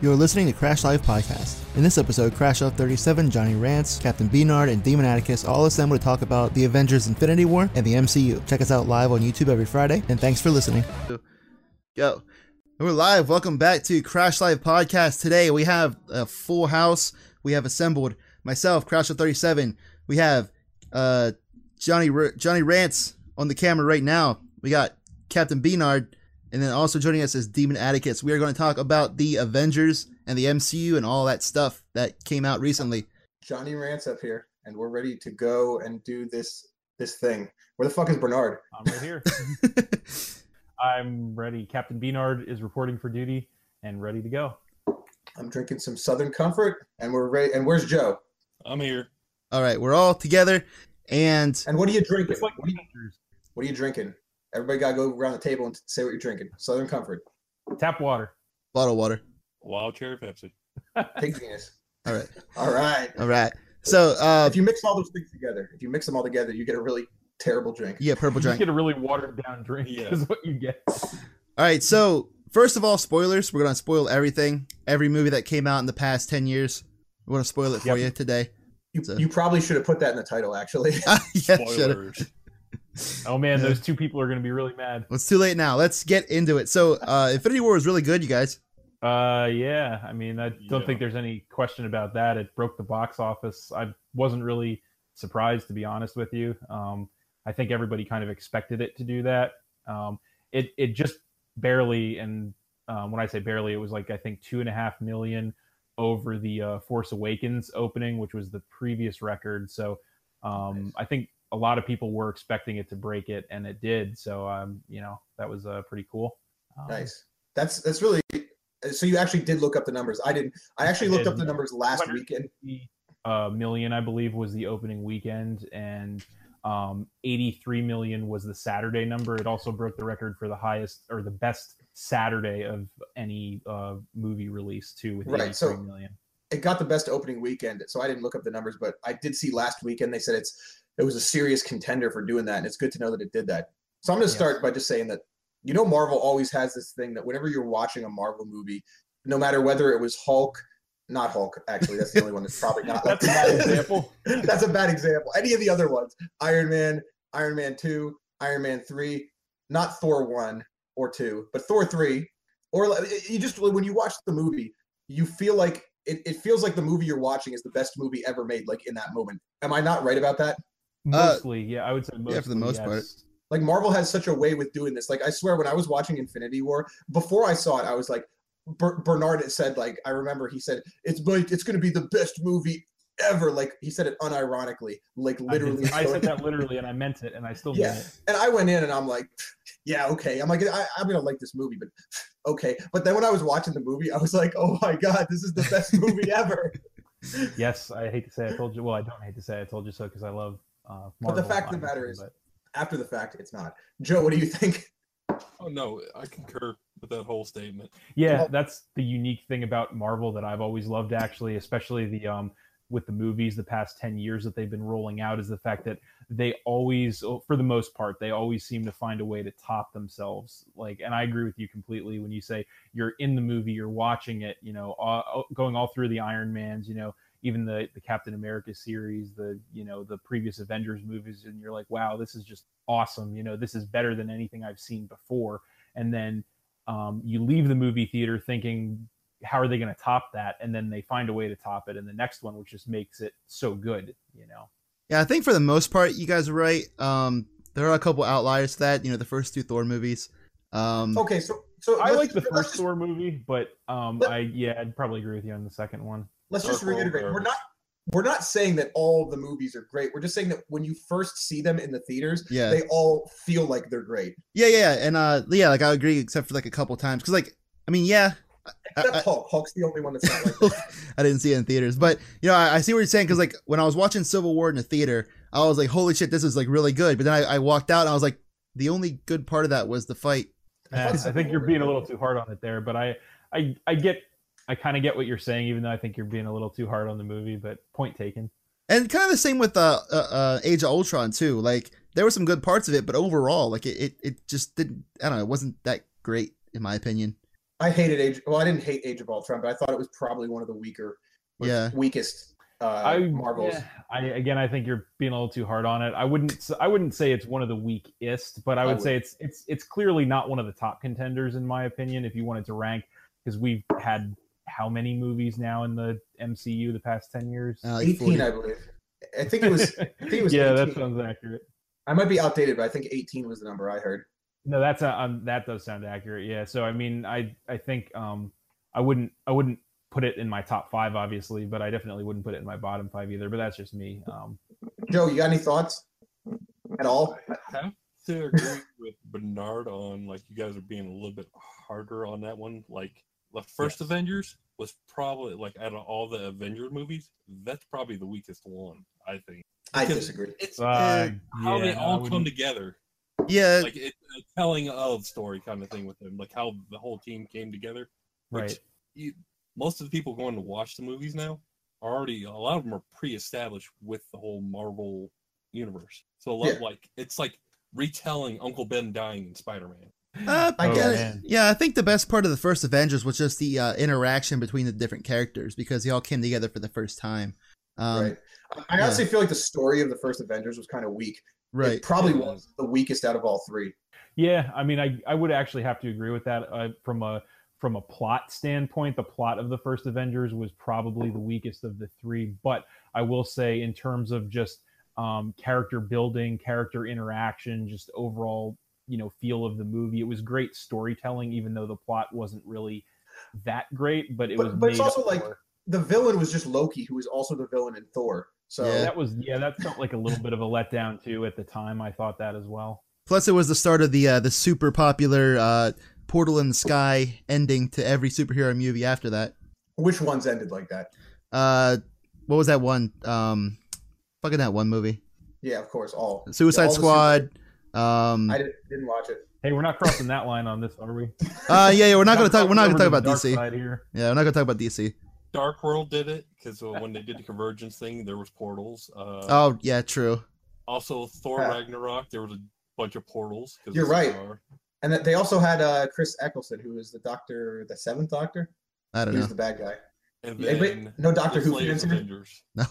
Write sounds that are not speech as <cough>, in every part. You're listening to Crash Live Podcast. In this episode, Crash Love 37, Johnny Rance, Captain Beanard, and Demon Atticus all assemble to talk about the Avengers Infinity War and the MCU. Check us out live on YouTube every Friday, and thanks for listening. Yo, we're live. Welcome back to Crash Live Podcast. Today we have a full house. We have assembled myself, Crash Love 37. We have uh, Johnny R- Johnny Rance on the camera right now. We got Captain Beanard, and then also joining us is Demon Atticus. We are going to talk about the Avengers and the MCU and all that stuff that came out recently. <laughs> Johnny Rance up here, and we're ready to go and do this this thing. Where the fuck is Bernard? I'm right here. I'm ready. Captain Beanard is reporting for duty and ready to go. I'm drinking some Southern Comfort, and we're ready. And where's Joe? I'm here. all right, we're all together, and And what are you drinking? It's like What are you, what are you drinking? Everybody gotta go around the table and say what you're drinking. Southern Comfort, tap water. bottle water. Wild cherry Pepsi. pig penis. All right, <laughs> All right. all right. So, uh, If you mix all those things together, if you mix them all together, you get a really terrible drink. yeah, purple You drink. just get a really watered down drink Yeah. is what you get. All right, so first of all, spoilers. We're gonna spoil everything, every movie that came out in the past ten years. We're gonna spoil it for Yep. you today. <laughs> You, So- you probably should have put that in the title, actually. <laughs> yeah, should've. Spoilers. Oh man, Yeah. those two people are going to be really mad. Well, it's too late now. Let's get into it. So, uh, Infinity War was really good, you guys. Uh, yeah. I mean, I don't Yeah. think there's any question about that. It broke the box office. I wasn't really surprised, to be honest with you. Um, I think everybody kind of expected it to do that. Um, it it just barely, and um, when I say barely, it was like I think two and a half million over the uh, Force Awakens opening, which was the previous record. So um, Nice. I think a lot of people were expecting it to break it, and it did. So um, you know, that was uh, pretty cool. Um, nice. That's that's really. So you actually did look up the numbers. I didn't. I actually looked up the numbers last weekend. uh, million, I believe, was the opening weekend, and um, 83 million was the Saturday number. It also broke the record for the highest or the best Saturday of any uh, movie release, too, with Right, 83 million. so- it got the best opening weekend, so I didn't look up the numbers, but I did see last weekend they said it's it was a serious contender for doing that, and it's good to know that it did that. So I'm going to Yes. start by just saying that you know Marvel always has this thing that whenever you're watching a Marvel movie, no matter whether it was Hulk, not Hulk actually, that's the only one that's probably <laughs> not. like That's a bad that. example. <laughs> that's a bad example. Any of the other ones, Iron Man, Iron Man 2, Iron Man 3, not Thor 1 or 2, but Thor 3, or like, y- you just, when you watch the movie, you feel like it, it feels like the movie you're watching is the best movie ever made, like in that moment. Am I not right about that? uh, Mostly, yeah, I would say mostly. yeah, for the most part. yes. Like Marvel has such a way with doing this. Like I swear, when I was watching Infinity War, before I saw it, I was like, Ber- Bernard had said, like I remember he said, "It's like it's going to be the best movie ever." Like he said it unironically, like I did- literally. I, so- said that literally, and I meant it, and I still Yeah. mean it. and I went in and I'm like, yeah, okay. I'm like, I, I'm gonna like this movie, but okay. But then when I was watching the movie, I was like, oh my god, this is the best <laughs> movie ever. Yes, I hate to say I told you. Well, I don't hate to say I told you so because I love. Uh, Marvel, But the fact of the obviously, matter is- but- After the fact, it's not. Joe, what do you think? Oh no, I concur with that whole <laughs> statement. Yeah, Well- that's the unique thing about Marvel that I've always loved, actually, especially the um with the movies the past 10 years that they've been rolling out is the fact that they always oh, for the most part they always seem to find a way to top themselves like and i agree with you completely when you say you're in the movie you're watching it you know all, going all through the iron mans you know even the the captain america series the you know the previous avengers movies and you're like wow this is just awesome you know this is better than anything i've seen before and then um, you leave the movie theater thinking how are they going to top that and then they find a way to top it in the next one which just makes it so good you know Yeah, I think for the most part, you guys are right. Um, there are a couple outliers to that. You know, the first two Thor movies. Um, Okay, so so i let's like the just- let's first just- Thor movie but um Let- i yeah i'd probably agree with you on the second one Let's just Dark World reiterate. We're garbage. not we're not saying that all the movies are great. We're just saying that when you first see them in the theaters, Yeah. they all feel like they're great. Yeah, yeah, and uh, yeah, like I agree, except for like a couple times, because like I mean, yeah, I- Except I- Hulk. Hulk's the only one that's not like that. I <laughs> didn't see it in theaters, but you know, I, I see what you're saying, because like when I was watching Civil War in the theater, I was like, holy shit, this is like really good, but then I, I walked out and I was like, the only good part of that was the fight. I Uh, I, thought I Civil think War you're was being a good. little too hard on it there but i i, I get i kind of get what you're saying even though i think you're being a little too hard on the movie but point taken And kind of the same with uh, uh, uh Age of Ultron too. Like there were some good parts of it, but overall, like it, it, it just didn't. I don't know. It wasn't that great in my opinion. I hated Age. Well, I didn't hate Age of Ultron, but I thought it was probably one of the weaker, or Yeah. weakest uh, I Marvels. yeah, I again, I think you're being a little too hard on it. I wouldn't, s- I wouldn't say it's one of the weakest, but I I would would. say it's it's it's clearly not one of the top contenders in my opinion. If you wanted to rank, because we've had how many movies now in the MCU the past ten years? Uh, like 18, 40. I believe. I think it <laughs> was. think it was yeah, 18. that sounds accurate. I might be outdated, but I think 18 was the number I heard. No, that's a, um, that does sound accurate. Yeah. So I mean, I I think um I wouldn't I wouldn't put it in my top five, obviously, but I definitely wouldn't put it in my bottom five either. But that's just me. Um, Joe, you got any thoughts at all? I have to agree with Bernard on like you guys are being a little bit harder on that one. Like the first Avengers was probably like out of all the Avengers movies, that's probably the weakest one. I think I Because disagree. it's uh, how yeah, they no, I all come wouldn't- together. Yeah, Like it's a telling of story kind of thing with them. Like how the whole team came together. which right. you, most of the people going to watch the movies now are already a lot of them are pre-established with the whole Marvel universe. So a lot Yeah. like it's like retelling Uncle Ben dying in Spider-Man. Uh, I yeah, guess. Yeah, I think the best part of the first Avengers was just the uh, interaction between the different characters because they all came together for the first time. Um, right. I I honestly feel like the story of the first Avengers was kind of weak. right. It probably It was the weakest out of all three. Yeah, I mean, I, I would actually have to agree with that uh, from a from a plot standpoint. The plot of the first Avengers was probably the weakest of the three, but I will say in terms of just um, character building, character interaction, just overall you know feel of the movie, it was great storytelling, even though the plot wasn't really that great. But it But- was. but it's made also up like- for. The villain was just Loki, who was also the villain in Thor. So Yeah. that was yeah, that felt like a little bit of a letdown too at the time. I thought that as well. Plus, it was the start of the uh, the super popular uh, Portal in the Sky ending to every superhero movie after that. which ones ended like that? Uh, what was that one? Um, fucking that one movie, Yeah, of course, all Suicide all the Squad. Um, super- I didn't, didn't watch it. Hey, we're not crossing that line on this, are we? <laughs> uh, yeah, yeah, we're not gonna talk. We're not gonna crossing talk over about to the dark DC. side here. Yeah, we're not gonna talk about DC. Dark World did it because when they did the convergence thing, there was portals. Uh, Oh yeah, true. also, Thor Yeah. Ragnarok, there was a bunch of portals. 'cause You're it's right. Thor. <laughs> And that they also had uh, Chris Eccleston, who was the Doctor, the Seventh Doctor. I don't He was know. the bad guy. And Yeah, but then no Doctor this Who fans latest here. Avengers, Nah.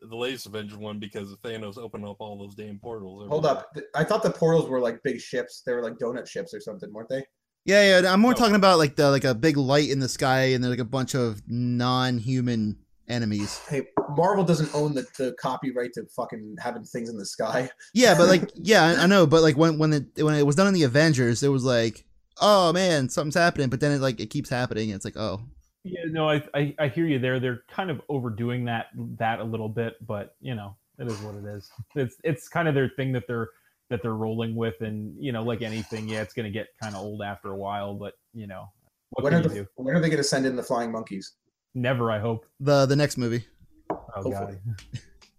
the latest Avengers one because Thanos opened up all those damn portals. Hold everywhere. up, Th- I thought the portals were like big ships. They were like donut ships or something, weren't they? Yeah, yeah. I'm more No. talking about like the like a big light in the sky and then like a bunch of non-human enemies. Hey, Marvel doesn't own the, the copyright to fucking having things in the sky. Yeah, but like yeah, I, I know. But like when when it when it was done in the Avengers, it was like oh man, something's happening. But then it like it keeps happening. And it's like oh Yeah, no, I, I I hear you there. They're kind of overdoing that that a little bit, but you know, it is what it is. It's it's kind of their thing that they're that they're rolling with, and you know, like anything, yeah, it's gonna get kind of old after a while, but you know, what When can are you the do? when are they gonna send in the flying monkeys? Never, I hope. the the next movie. Oh Hopefully.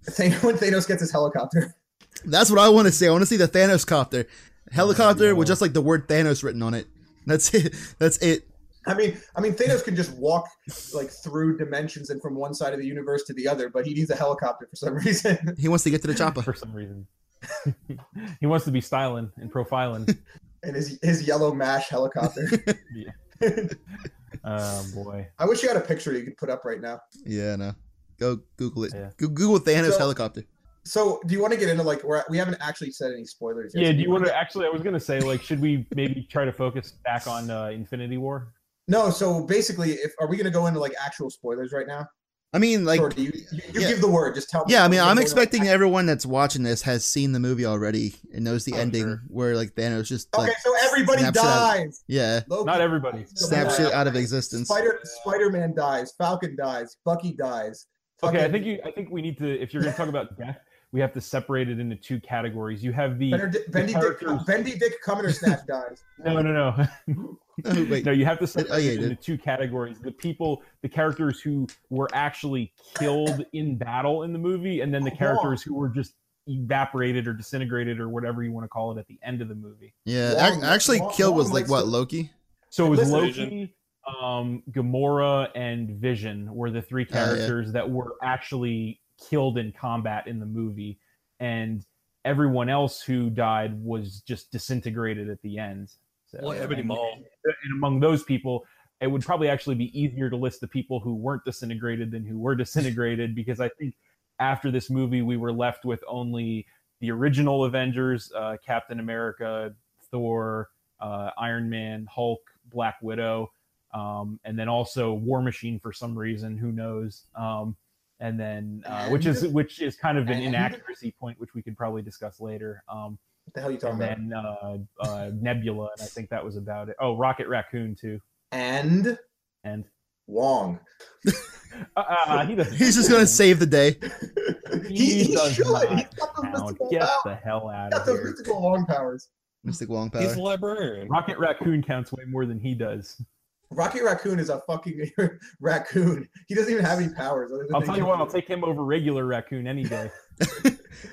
Thanos, when Thanos gets his helicopter, <laughs> That's what I want to see. I want to see the Thanos copter, helicopter no. with just like the word Thanos written on it. That's <laughs> it. That's it. I mean, I mean Thanos can just walk like through dimensions and from one side of the universe to the other, but he needs a helicopter for some <laughs> reason. He wants to get to the God, chopper. for some reason, <laughs> he wants to be styling and profiling. and his his yellow mash helicopter. <laughs> Yeah. oh boy, I wish you had a picture you could put up right now. Yeah, no. Go Google it. Yeah. Go- Google Thanos So- helicopter. So, do you want to get into like we're, we haven't actually said any spoilers yet? yeah. so Do you want to actually? I was gonna say, like, should we maybe try to focus back on uh, Infinity War? No. So basically, if are we going to go into like actual spoilers right now? I mean, like or do you you, you yeah. give the word? Just tell. me. Yeah, I mean, I'm Like, expecting everyone that's watching this has seen the movie already and knows the Oh, ending sure. where like Thanos just Okay, like so everybody snaps it out. dies. yeah <laughs> Loki Not everybody. dies. snaps Yeah. it out of existence. Spider Spider Man dies. Falcon dies. Bucky dies. Okay, I Fucking- think you. I think we need to. If you're going to talk about death, we have to separate it into two categories. You have the Benedict- Bendy Dick, characters- Bendy Dick <laughs> Cumbersnatch dies. no, no, no. No, Oh, wait. <laughs> no, you have to separate oh, yeah, it you into two categories: the people, the characters who were actually killed in battle in the movie, and then the Oh. characters who were just evaporated or disintegrated or whatever you want to call it at the end of the movie. Yeah, Wong- ac- actually, Wong- Kill was Wong like likes what to- Loki. <laughs> So it Listen- was Loki, um, Gamora, and Vision were the three yeah. characters that were actually killed in combat in the movie, and everyone else who died was just disintegrated at the end. So, Well, Ebony and- Maw. and among those people, it would probably actually be easier to list the people who weren't disintegrated than who were disintegrated because I think after this movie we were left with only the original Avengers, uh, Captain America, Thor, uh, Iron Man, Hulk, Black Widow, um, and then also War Machine for some reason, who knows? Um, and then uh, which is which is kind of an And- inaccuracy point which we could probably discuss later. Um, What the hell are you talking and about? then uh, uh, Nebula, and I think that was about it. Oh, Rocket Raccoon too, And and Wong. uh, uh, <laughs> he doesn't. He's just gonna save the day. he, he does should. not He's got those count. mystical, Get pow- the hell out got of those here. mystical Wong powers. Mystic Wong He's power. a librarian. Rocket Raccoon counts way more than he does. Rocket Raccoon is a fucking <laughs> raccoon. He doesn't even have any powers. other than I'll they tell give you what, him- I'll take him over regular raccoon <laughs> any day.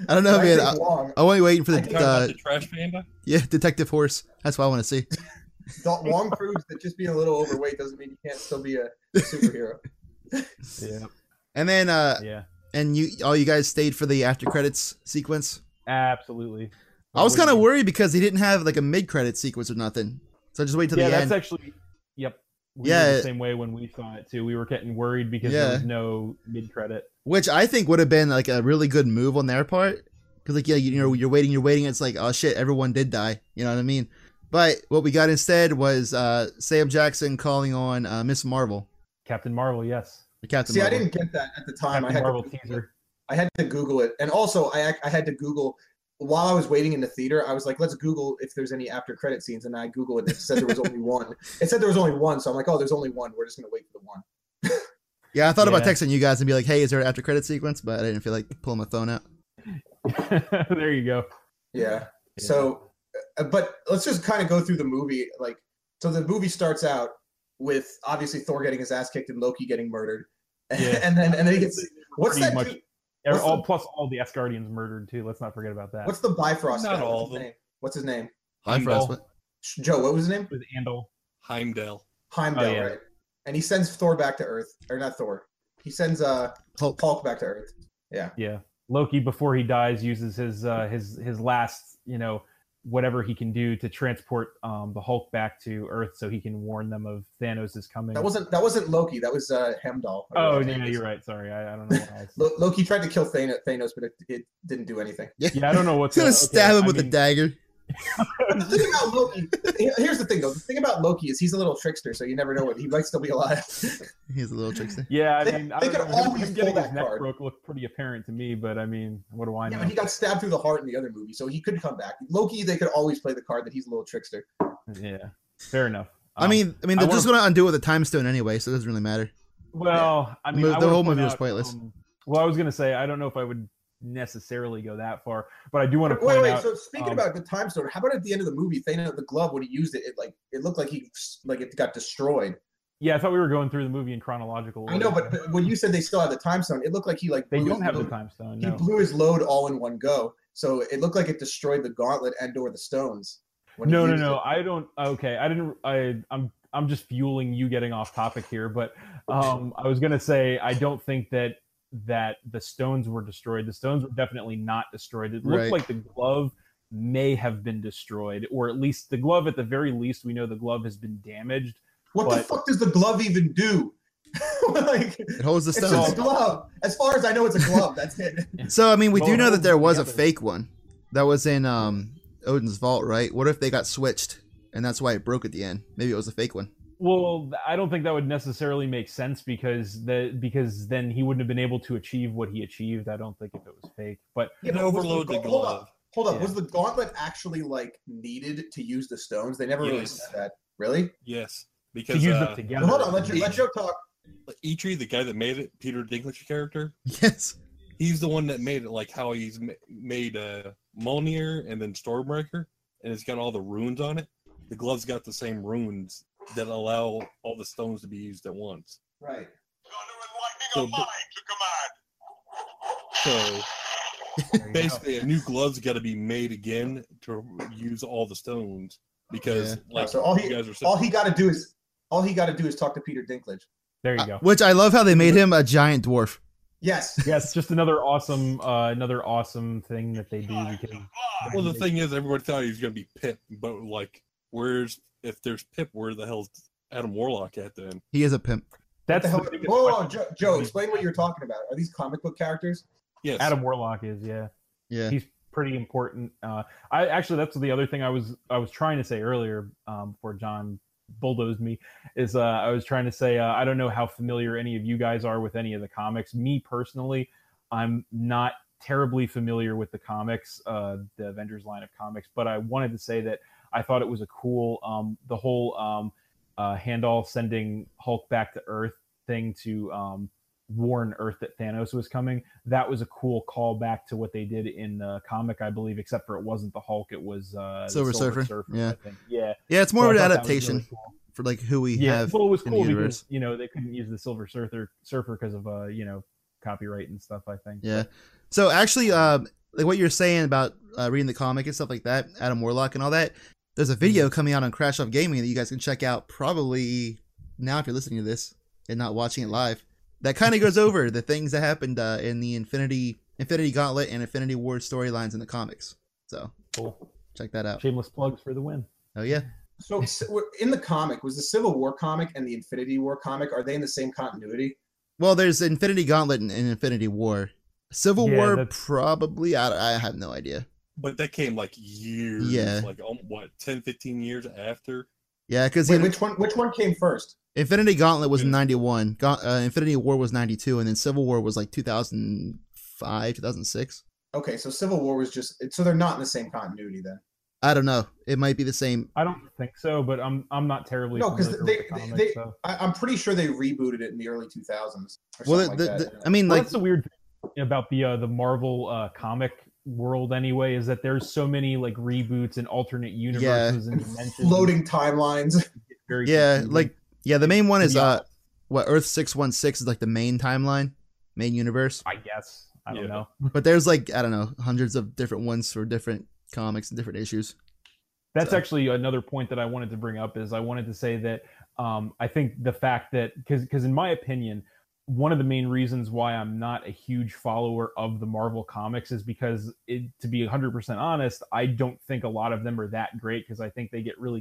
I don't know, When I man. say I, Wong, I want to wait for You the, talking about uh, the trash panda? yeah Detective Horse. That's what I want to see. Dol- Wong proves that just being a little overweight doesn't mean you can't still <laughs> be a superhero. Yeah, And then uh, yeah, and you all you guys stayed for the after credits sequence. absolutely. I was Wouldn't kind of be- worried because he didn't have like a mid credit sequence or nothing. So I just wait till yeah, the that's end. actually. Yep. We Yeah. were the same way when we saw it too. We were getting worried because there Yeah. was no mid credit. which I think would have been like a really good move on their part. Because like yeah, you know you're waiting, you're waiting. It's like oh shit, everyone did die. You know what I mean? But what we got instead was uh, Sam Jackson calling on uh, Miss Marvel, Captain Marvel, yes. the Captain. See, I Marvel. didn't get that at the time. I Captain had, Marvel to, teaser. I had to Google it, and also I ac- I had to Google while I was waiting in the theater. I was like, let's Google if there's any after credit scenes, and I Googled it. and It said there was only <laughs> one. It said there was only one, so I'm like, oh, there's only one. We're just gonna wait for the one. Yeah, I thought about Yeah. texting you guys and be like, hey, is there an after credit sequence? But I didn't feel like pulling my phone <laughs> out. there you go. Yeah. So, uh, but let's just kind of go through the movie. Like, so the movie starts out with obviously Thor getting his ass kicked and Loki getting murdered, <laughs> Yeah. and then and then he gets what's Pretty that? much- dude- Yeah, What's all, the- plus all the Asgardians murdered too. Let's not forget about that. What's the Bifrost? Not guy? all What's of his them. name? What's his name? Bye, <laughs> Heimdall. Frostbite. Joe. What was his name? with Andal? Heimdall. Heimdall, Oh, yeah. right? And he sends Thor back to Earth, or not Thor. He sends uh Hulk. Hulk back to Earth. Yeah, Loki before he dies uses his uh, his his last you know whatever he can do to transport um, the Hulk back to Earth so he can warn them of Thanos is coming. That wasn't that wasn't Loki. That was uh Heimdall. Oh yeah, you're right. Sorry, I, I don't <laughs> know. Why I said- Lo- Loki tried to kill Thanos, Thanos but it, it didn't do anything. <laughs> yeah, I don't <laughs> know what's He's gonna uh, okay, stab him I with a mean, dagger. the thing about Loki, here- here's the thing though. The thing about Loki is he's a little trickster, so you never know what he might still be alive. He's a little trickster. Yeah, I They- mean, I they don't could know. him- always him getting pull his that neck card. broke looked pretty apparent to me, but I mean, what do <laughs> I yeah, know? but he got stabbed through the heart in the other movie, so he could come back. Loki, they could always play the card that he's a little trickster. yeah, fair enough. I Um, mean, I mean, I they're wanna- just gonna undo it with a time stone anyway, so it doesn't really matter. Well, I mean, Mo- I the wanna whole point movie was out, pointless. um, well, I was gonna say I don't know if I would necessarily go that far, but I do want to point Wait, wait. out. so speaking um, about the time stone, how about at the end of the movie, Thanos the glove when he used it, it like it looked like he like it got destroyed. yeah, I thought we were going through the movie in chronological. I know, order. but, but when you said they still have the time stone, it looked like he like they blew don't his have the load- time stone. He No. blew his load all in one go, so it looked like it destroyed the gauntlet and or the stones. when he No, no, used no. it. I don't. Okay, I didn't. I, I'm. I'm just fueling you getting off topic here, but um, I was gonna say I don't think that that the stones were destroyed. The stones were definitely not destroyed. It looked Right. like the glove may have been destroyed, or at least the glove. At the very least, we know the glove has been damaged. What the but- fuck does the glove even do? <laughs> like It holds the it's just a stones. glove. As far as I know, it's a glove. That's it. <laughs> So I mean, we Well, do it know that holds there was a together. fake one that was in um, Odin's vault, right? What if they got switched and that's why it broke at the end? Maybe it was a fake one. <laughs> Well, th- I don't think that would necessarily make sense because the because then he wouldn't have been able to achieve what he achieved. I don't think if it was fake, but <laughs> Yeah, It but was overloaded the gau- Hold glove. up, hold up. Yeah. Was the gauntlet actually like needed to use the stones? They never really Yes. said that. Really? Yes. to Because use uh, them together. Well, hold on. Let your let you. Joe talk. Eitri, the guy that made it, Peter Dinklage's character, Yes. he's the one that made it. Like how he's ma- made uh, Mjolnir and then Stormbreaker, and it's got all the runes on it. The glove's got the same runes that allow all the stones to be used at once. Right. So, ba- so basically, a new glove's got to be made again to use all the stones because, like, so all he- you guys are All he <laughs> got to do is all he got to do is talk to Peter Dinklage. There you Uh, go. which I love how they made him a giant dwarf. <laughs> Yes. yes, just another awesome, uh, another awesome thing that they do because Well, the thing is, everybody thought he was going to be Pip, but like, where's if there's Pip, where the hell's Adam Warlock at then? He is a pimp. That's the the hell? biggest Whoa, whoa, whoa, question. Joe, Joe, explain what you're talking about. Are these comic book characters? Yes, Adam Warlock is, yeah. Yeah. He's pretty important. Uh, I actually that's the other thing I was I was trying to say earlier um, before John bulldozed me is uh, I was trying to say uh, I don't know how familiar any of you guys are with any of the comics. Me personally, I'm not terribly familiar with the comics, uh, the Avengers line of comics, but I wanted to say that I thought it was a cool um, the whole um, uh, Handall sending Hulk back to Earth thing to um, warn Earth that Thanos was coming. That was a cool callback to what they did in the comic, I believe, except for it wasn't the Hulk, it was uh, Silver the Surfer, yeah. I think. yeah. Yeah, it's more So of Oh, I an thought that was really adaptation cool. for like who we Yeah, have. well, it was in the cool universe. because you know they couldn't use the Silver Surfer Surfer because of uh, you know copyright and stuff. I think. Yeah. So actually, uh, like what you're saying about uh, reading the comic and stuff like that, Adam Warlock and all that. There's a Hmm. video coming out on Crash Off Gaming that you guys can check out probably now if you're listening to this and not watching it live. That <laughs> kind of goes over the things that happened uh, in the Infinity Infinity Gauntlet and Infinity War storylines in the comics. So Cool. check that out. Shameless plugs for the win. Oh yeah, <laughs> So s- we're- in the comic, was the Civil War comic and the Infinity War comic are they in the same continuity? Well, there's Infinity Gauntlet and, and Infinity War. Civil Yeah, War, that's- probably. I, I have no idea. but that came like years, Yeah. like um, what 10, 15 years after. Yeah, because Wait, which one? Which one came first? Infinity Gauntlet was Yeah. 91, Ga- uh, Infinity War was 92, and then Civil War was like 2005, 2006. Okay, so Civil War was just so they're not in the same continuity then. I don't know. It might be the same. I don't think so, but I'm I'm not terribly No, 'cause familiar they- with the they- comics, they- so. I, I'm pretty sure they rebooted it in the early 2000s. Or Well, something the, like the, that. I mean, Well, like, that's the weird thing about the uh, the Marvel uh, comic world anyway is that there's so many like reboots and alternate universes and dimensions. Floating timelines. <laughs> Very yeah, confusing. like, yeah, the main one To is be uh, what Earth 616 is like the main timeline, main universe. I guess I don't Yeah. know. But there's like, I don't know, hundreds of different ones for different comics and different issues. That's So- actually another point that I wanted to bring up is I wanted to say that um, I think the fact that because because in my opinion, one of the main reasons why I'm not a huge follower of the Marvel comics is because it, to be 100% honest, I don't think a lot of them are that great because I think they get really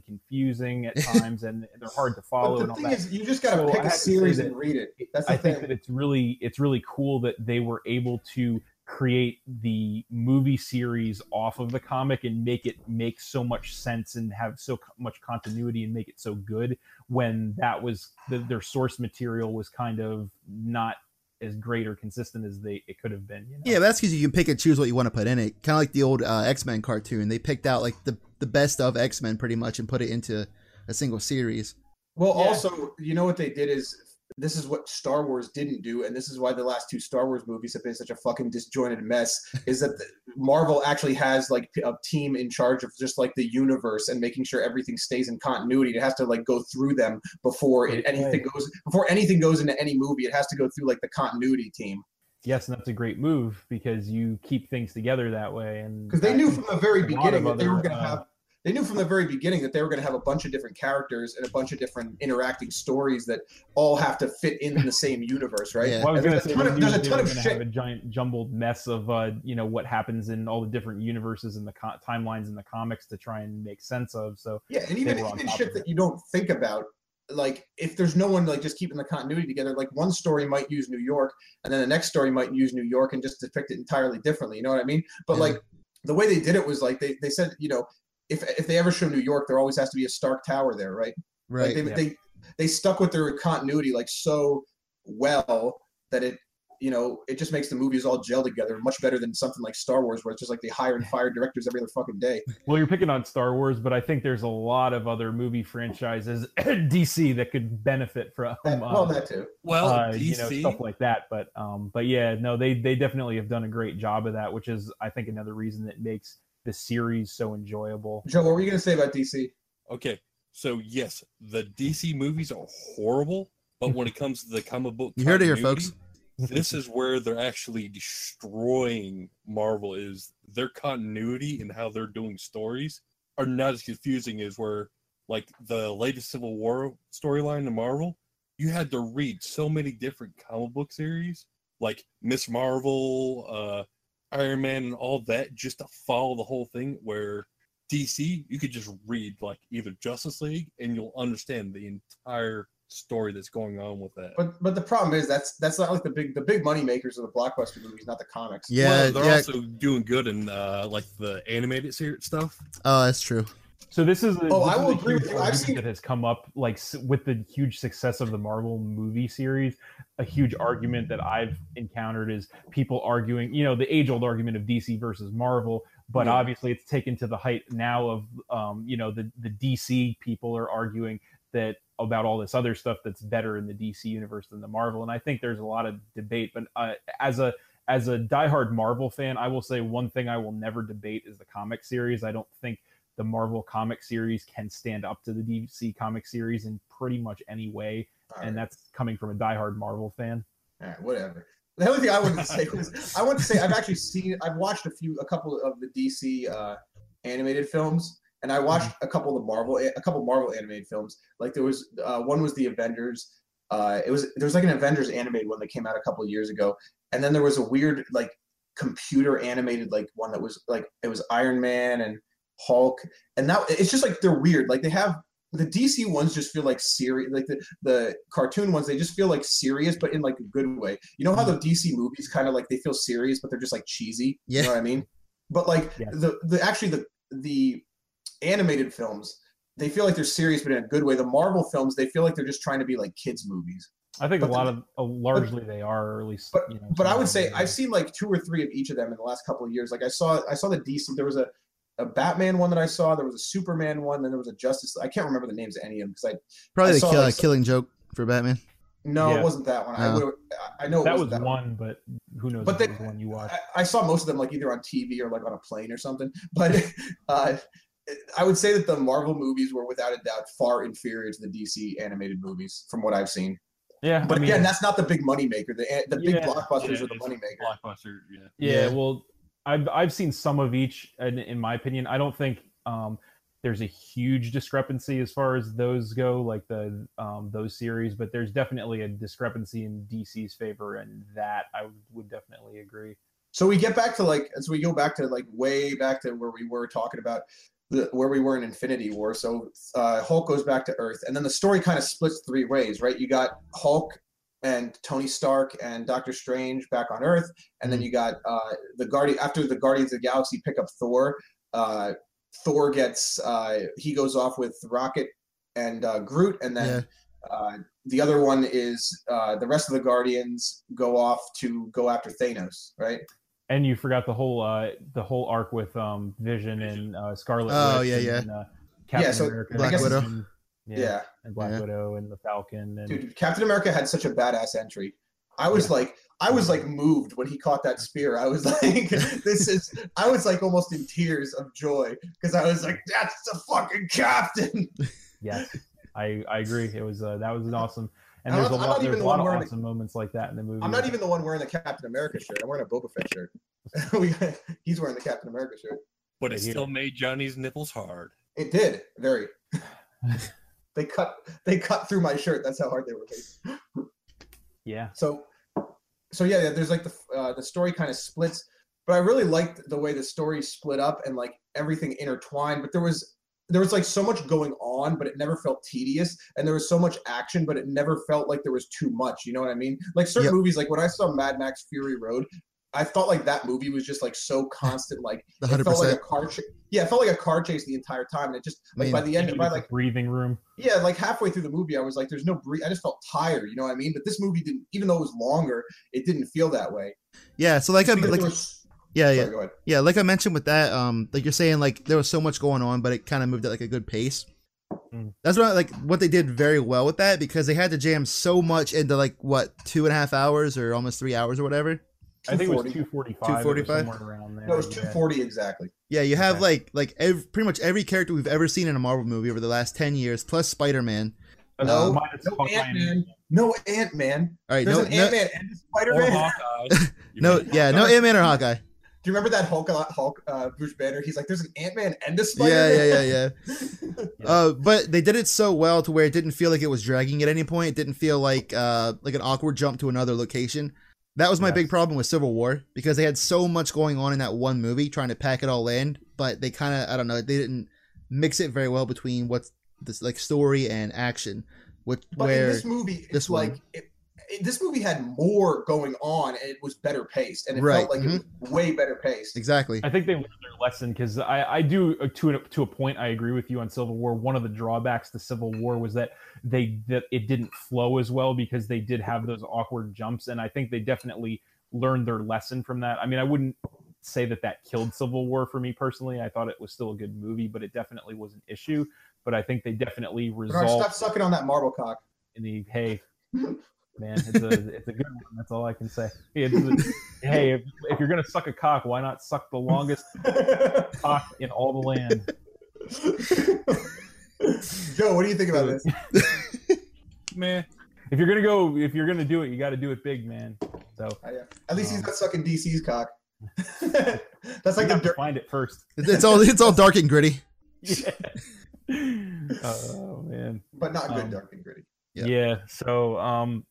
<laughs> confusing at times and they're hard to follow. But and the all thing that. is, you just got to So I pick have a to say series that and read it. That's the I thing. think that it's really it's really cool that they were able to create the movie series off of the comic and make it make so much sense and have so co- much continuity and make it so good when that was the, their source material was kind of not as great or consistent as they it could have been. You know? Yeah, but that's because you can pick and choose what you want to put in it. Kind of like the old uh, X Men cartoon. They picked out like the the best of X Men pretty much and put it into a single series. Well, Yeah. also, you know what they did is this is what Star Wars didn't do, and this is why the last two Star Wars movies have been such a fucking disjointed mess. is that the- Marvel actually has like a team in charge of just like the universe and making sure everything stays in continuity. It has to like go through them before it, Okay. anything goes before anything goes into any movie. It has to go through like the continuity team Yes, and that's a great move because you keep things together that way. And because they I knew think from the very a lot beginning that of they were other, going to uh, have. They knew from the very beginning that they were going to have a bunch of different characters and a bunch of different interacting stories that all have to fit in the same universe, right? Yeah. Well, I was And going there's a to say, ton there's of- there's a usually ton we're of gonna shit. have a giant jumbled mess of uh, you know what happens in all the different universes and the co- timelines in the comics to try and make sense of. So Yeah, and even were on even top shit of that it. you don't think about, like if there's no one like just keeping the continuity together, like one story might use New York, and then the next story might use New York and just depict it entirely differently. You know what I mean? But Yeah. like the way they did it was like they they said, you know, if if they ever show New York, there always has to be a Stark Tower there, right? Right. Like Yeah. they, they they stuck with their continuity like so well that it you know it just makes the movies all gel together much better than something like Star Wars where it's just like they hire and fire directors every other fucking day. well, you're picking on Star Wars, but I think there's a lot of other movie franchises <clears throat> DC that could benefit from That, uh, well, that too. Well, uh, DC, you know stuff like that. But um, but yeah, no, they they definitely have done a great job of that, which is I think another reason that makes the series so enjoyable. Joe, what were you gonna say about DC? Okay, so yes, the DC movies are horrible, but when it comes to the comic book, You heard it here, folks. <laughs> continuity, This is where they're actually destroying Marvel. Is their continuity and how they're doing stories are not as confusing as where like the latest Civil War storyline in Marvel. You had to read so many different comic book series, like Miss Marvel, uh, Iron Man, and all that, just to follow the whole thing. Where DC, you could just read like either Justice League and you'll understand the entire story that's going on with that. But but the problem is that's that's not like the big the big money makers of the blockbuster movies, not the comics. Well, Yeah, they're yeah. also doing good in uh, like the animated series stuff. oh, that's true. So this is a, Oh, this I is will a agree huge with you. I've argument seen- that has come up like s- with the huge success of the Marvel movie series. A huge argument that I've encountered is people arguing, you know, the age-old argument of DC versus Marvel. But Yeah. obviously, it's taken to the height now of, um, you know, the the DC people are arguing that about all this other stuff that's better in the DC universe than the Marvel. And I think there's a lot of debate. But uh, as a as a diehard Marvel fan, I will say one thing I will never debate is the comic series. I don't think the Marvel comic series can stand up to the DC comic series in pretty much any way, All and right, that's coming from a diehard Marvel fan. all right, whatever. The only thing I wanted to say was I want to say I've actually seen I've watched a few a couple of the DC uh, animated films, and I watched a couple of the Marvel a couple Marvel animated films. Like there was uh, one was the Avengers. Uh, it was there was like an Avengers animated one that came out a couple of years ago, and then there was a weird like computer animated like one that was like it was Iron Man and Hulk, and now it's just like they're weird. Like they have the DC ones just feel like serious, like the the cartoon ones they just feel like serious, but in like a good way. You know how Mm-hmm. the DC movies kind of like they feel serious, but they're just like cheesy. You Yeah. know what I mean? But like Yes. the the actually the the animated films. They feel like they're serious, but in a good way. The Marvel films, they feel like they're just trying to be like kids' movies. I think But a the- lot of uh, largely they are, or at least. you know, But I would some say of them are. I've seen like two or three of each of them in the last couple of years. Like I saw, I saw the decent. There was a, a Batman one that I saw. There was a Superman one. Then there was a Justice. I can't remember the names of any of them because I Probably I the saw, kill, like, some- killing joke for Batman. no, Yeah. it wasn't that one. I No. would. I know it that was wasn't one, but who knows But if they- it was one you watched? I, I saw most of them like either on TV or like on a plane or something. But <laughs> uh, I would say that the Marvel movies were without a doubt far inferior to the DC animated movies from what I've seen. yeah, But I mean, again, that's not the big moneymaker. The the big Yeah. blockbusters Yeah, are the it's moneymaker. Blockbuster, yeah. Yeah, Yeah. well, I've I've seen some of each, and in my opinion, I don't think um, there's a huge discrepancy as far as those go, like the um, those series. But there's definitely a discrepancy in DC's favor, and that I would definitely agree. so we get back to like as we go back to like way back to where we were talking about the, where we were in infinity war so uh, hulk goes back to earth and then the story kind of splits three ways right you got hulk and tony stark and doctor strange back on earth and then you got uh, the guardian after the guardians of the galaxy pick up thor uh, thor gets uh, he goes off with rocket and uh, groot and then uh, the other one is uh, the rest of the guardians go off to go after thanos right And you forgot the whole uh, the whole arc with um, Vision and uh, Scarlet. Oh, Witch yeah, yeah. And, uh, Captain Yeah, so America, Black I guess- Widow. and- yeah, yeah. and Black Yeah. Widow and the Falcon, and Dude, Captain America had such a badass entry. I was like, I was like moved when he caught that spear. I was <laughs> like, this is. I was like almost in tears of joy because I was like, that's the fucking captain. yes, I I agree. It was uh, that was an awesome. And I'm there's a not- I'm lot, not there's even a the lot one of wearing the- awesome moments like that in the movie. I'm not even the one wearing the Captain America shirt. I'm wearing a Boba Fett shirt. <laughs> we, he's wearing the Captain America shirt. But it Right here. still made Johnny's nipples hard. It did very. they cut. They cut through my shirt. That's how hard they were made. Yeah. So, so yeah, yeah, there's like the uh, the story kind of splits, but I really liked the way the story split up and like everything intertwined. But there was there was like so much going on, but it never felt tedious, and there was so much action, but it never felt like there was too much. You know what I mean? Like certain Yep. movies, like when I saw Mad Max Fury Road. I felt like that movie was just like so constant, like The it hundred felt like a percent. car. Cha- yeah, it felt like a car chase the entire time, and it just like Man. by the end, Even by just like the breathing room. yeah, like halfway through the movie, I was like, "There's no breathe." I just felt tired. You know what I mean? But this movie didn't, even though it was longer, it didn't feel that way. Yeah. So like I Because like there was- yeah sorry, yeah go ahead. yeah like I mentioned with that um like you're saying like there was so much going on but it kind of moved at like a good pace. Mm. That's what I- like what they did very well with that because they had to jam so much into like what two and a half hours or almost three hours or whatever. I think it was 240. 245. 245? 245? Somewhere around there. No, it was yeah. two forty exactly. Yeah, you have Okay. like like ev- pretty much every character we've ever seen in a Marvel movie over the last ten years plus Spider Man. Uh, No, minus No Hawkeye Ant and- Man. No Ant Man. All right, There's no <laughs> an no, Ant Man and Spider Or Uh-huh. Man. Hawkeye. <laughs> You no mean- yeah no Ant Man or Hawkeye. Do you remember that Hulk? Hulk uh, Bruce Banner. He's like, "There's an Ant Man and a Spider Yeah, Man." yeah, yeah, yeah. Uh, but they did it so well to where it didn't feel like it was dragging at any point. It didn't feel like uh, like an awkward jump to another location. That was my big Yes. problem with Civil War because they had so much going on in that one movie trying to pack it all in, but they kind of I don't know, they didn't mix it very well between what's this like story and action, which <laughs> But where in this movie, it's this like one- it, it- this movie had more going on, and it was better paced, and it Right, mm-hmm. felt like it was way better paced. exactly. I think they learned their lesson because I, I do uh, to a, to a point I agree with you on Civil War. One of the drawbacks to Civil War was that they that it didn't flow as well because they did have those awkward jumps, and I think they definitely learned their lesson from that. I mean, I wouldn't say that that killed Civil War for me personally. I thought it was still a good movie, but it definitely was an issue. But I think they definitely Bernard, stop resolved sucking on that marble cock. <laughs> in the hey. Man, it's a it's a good one. That's all I can say. It's a- hey, if, if you're gonna suck a cock, why not suck the longest cock in all <laughs> the land. Joe, what do you think about <laughs> this? Meh. If you're gonna go, if you're gonna do it, you got to do it big, man. So At least he's Um, not sucking DC's cock. <laughs> That's you like the have to dirt. find <laughs> it first. It's, it's all it's all dark and gritty. Yeah. <laughs> oh man. but not good Um, dark and gritty. Yeah. Yeah. So, um,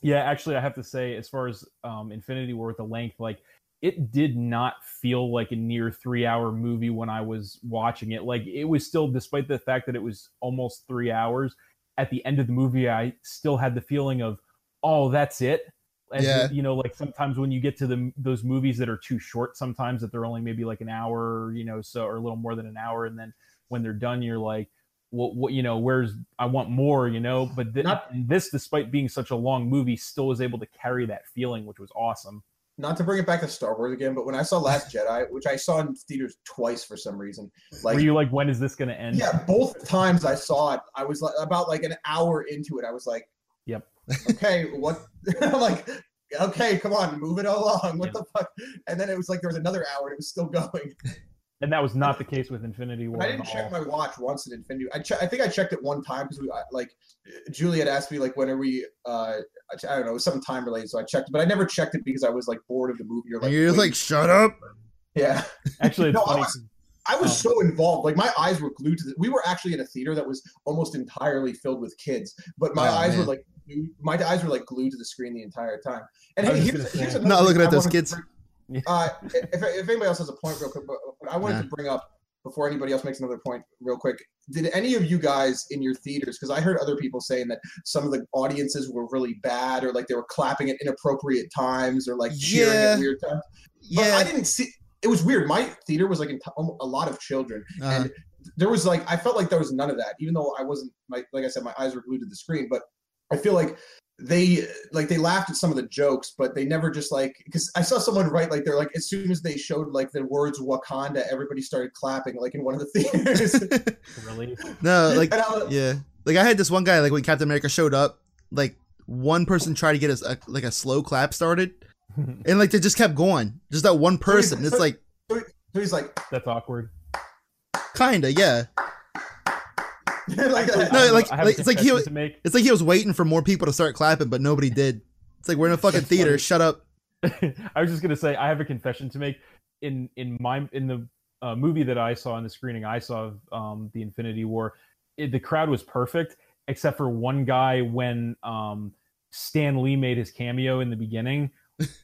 yeah, actually, I have to say, as far as um, Infinity War with the length, like it did not feel like a near three hour movie when I was watching it. Like it was still, despite the fact that it was almost three hours, at the end of the movie, I still had the feeling of, oh, that's it. And Yeah. you know, like sometimes when you get to the those movies that are too short, sometimes that they're only maybe like an hour, you know, so or a little more than an hour, and then when they're done, you're like, what, what, you know, where's I want more, you know. But thi- Not- this, despite being such a long movie, still was able to carry that feeling, which was awesome. Not to bring it back to Star Wars again, but when I saw <laughs> Last Jedi, which I saw in theaters twice for some reason, like Were you like, when is this going to end? yeah, both times I saw it, I was like about like an hour into it, I was like, Yep. okay, <laughs> what?" <laughs> I'm like, okay, come on, move it along. What Yep. the fuck? And then it was like there was another hour, and it was still <laughs> going. And that was not the case with Infinity War. But I at didn't check all. my watch once in Infinity. I che- I think I checked it one time because we I- like Julie had asked me like when are we? Uh, I ch- I don't know, it was something time related, so I checked. it. But I never checked it because I was like bored of the movie or like. and you're wait- like, shut up. yeah. Actually, <laughs> it's No, I funny. was- I was Oh. so involved. Like my eyes were glued to the. We were actually in a theater that was almost entirely filled with kids, but my Oh, eyes were man. like glued- my eyes were like glued to the screen the entire time. And I hey, was just here's, gonna here's say- another Not thing looking at I those wanted to kids. bring- Yeah. Uh, if, if anybody else has a point, real quick, but but I wanted to bring up before anybody else makes another point, real quick. Did any of you guys in your theaters? Because I heard other people saying that some of the audiences were really bad, or like they were clapping at inappropriate times, or like cheering Yeah. at weird times. But I Yeah. didn't see. It was weird. My theater was like in t- a lot of children. Uh, And there was like I felt like there was none of that, even though I wasn't like like I said, my eyes were glued to the screen. But I feel like they like they laughed at some of the jokes, but they never just like because I saw someone write like they're like as soon as they showed like the words Wakanda, everybody started clapping like in one of the <laughs> <laughs> theaters. really. no, Uh, like and I was, yeah, like I had this one guy like when Captain America showed up, like one person tried to get us a, like a slow clap <laughs> started, and like they just kept going, just that one person. It's like so he's like, <laughs> That's awkward. kinda yeah. like No, I have a- like- I have a like- it's like he- confession to make. It's like he was waiting for more people to start clapping, but nobody did. It's like we're in a fucking That's theater. funny. Shut up. <laughs> I was just gonna say I have a confession to make. In in my in the uh, movie that I saw in the screening I saw of um, the Infinity War, it, the crowd was perfect except for one guy when um, Stan Lee made his cameo in the beginning.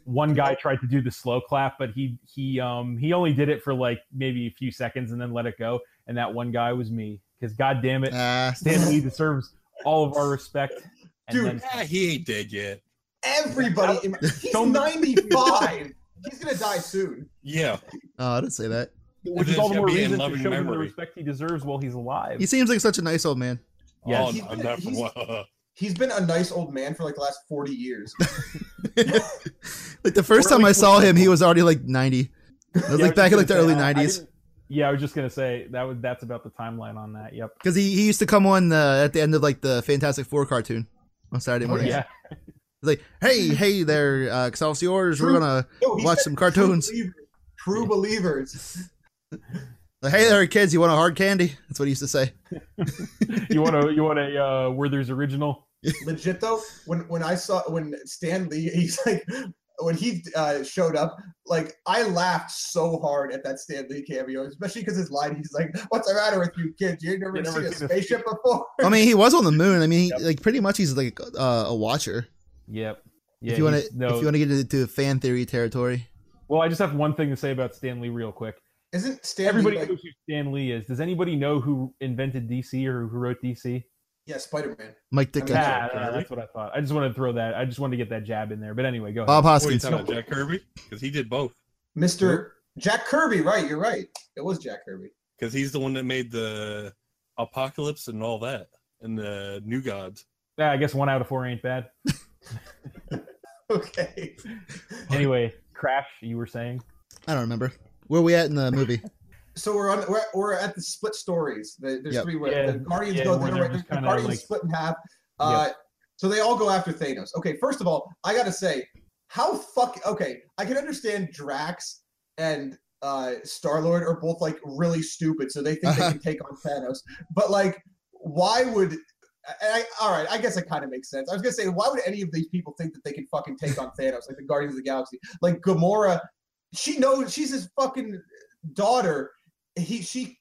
One <laughs> guy tried to do the slow clap, but he he um he only did it for like maybe a few seconds and then let it go. And that one guy was me because God damn it, Ah, Stan Lee deserves all of our respect. And Dude, then- Ah, he ain't dead yet. everybody. <laughs> in- He's Don't- ninety five. He's gonna die soon. Yeah. oh, I didn't say that. which There's is all the gonna more be in reason to loving show him the memory. respect he deserves while he's alive. He seems like such a nice old <laughs> man. Yes. Oh, He's no, been- not for he's- one. <laughs> He's been a nice old man for like the last <laughs> forty years. Like the first What are time we I saw supposed to him, do? he was already like ninety. It was Yeah, I like was back just in like the gonna early say, I- I nineties. didn't- Yeah, I was just gonna say that was that's about the timeline on that. Yep. Because he, he used to come on uh, at the end of like the Fantastic Four cartoon on Saturday Oh, mornings. yeah. <laughs> It's Like, hey, hey there, uh, Excelsiors, we're True. gonna Yo, he watch said some true cartoons. believers. True believers. Like, hey there, kids, you want a hard candy? That's what he used to say. You want to you want a uh, Werther's original? Legit though, when when I saw when Stan Lee, <laughs> he's like when he uh, showed up, like I laughed so hard at that Stan Lee cameo, especially because his line, he's like, "What's the matter with you kids? You never, You never seen a seen a- spaceship before." I mean, he was on the moon. I mean, he, Yep. like pretty much he's like uh, a watcher. Yep. Yeah, if you want he's- to, no. if you want to get into fan theory territory, well, I just have one thing to say about Stan Lee real quick. Isn't Stan Lee Everybody like, knows who Stan Lee is. Does anybody know who invented DC or who wrote DC? yeah, Spider Man? Mike Ditka, Yeah. Ah, ah, that's what I thought. I just wanted to throw that. I just wanted to get that jab in there. But anyway, go ahead. Bob What are you Hoskins. talking about, Jack Kirby? Because he did both. Mr. Jack Kirby, right? You're right. It was Jack Kirby. <laughs> Because he's the one that made the apocalypse and all that, and the New Gods. Yeah, I guess one out of four ain't bad. Okay. Anyway, Crash, you were saying? I don't remember. Where we at in the movie? So we're on. We're, we're at the split stories. The, there's Yep. three. Ways. Yeah, the Guardians yeah, go. where They're, they're right- just the kinda Guardians like- split in half. Uh, So they all go after Thanos. Okay. First of all, I gotta say, how fuck. Okay, I can understand Drax and uh, Star Lord are both like really stupid, so they think they can take on Thanos. But like, why would? I, I, all right, I guess it kind of makes sense. I was gonna say, why would any of these people think that they can fucking take on Thanos, like the Guardians of the Galaxy, like Gamora? She knows she's his fucking daughter. He, she,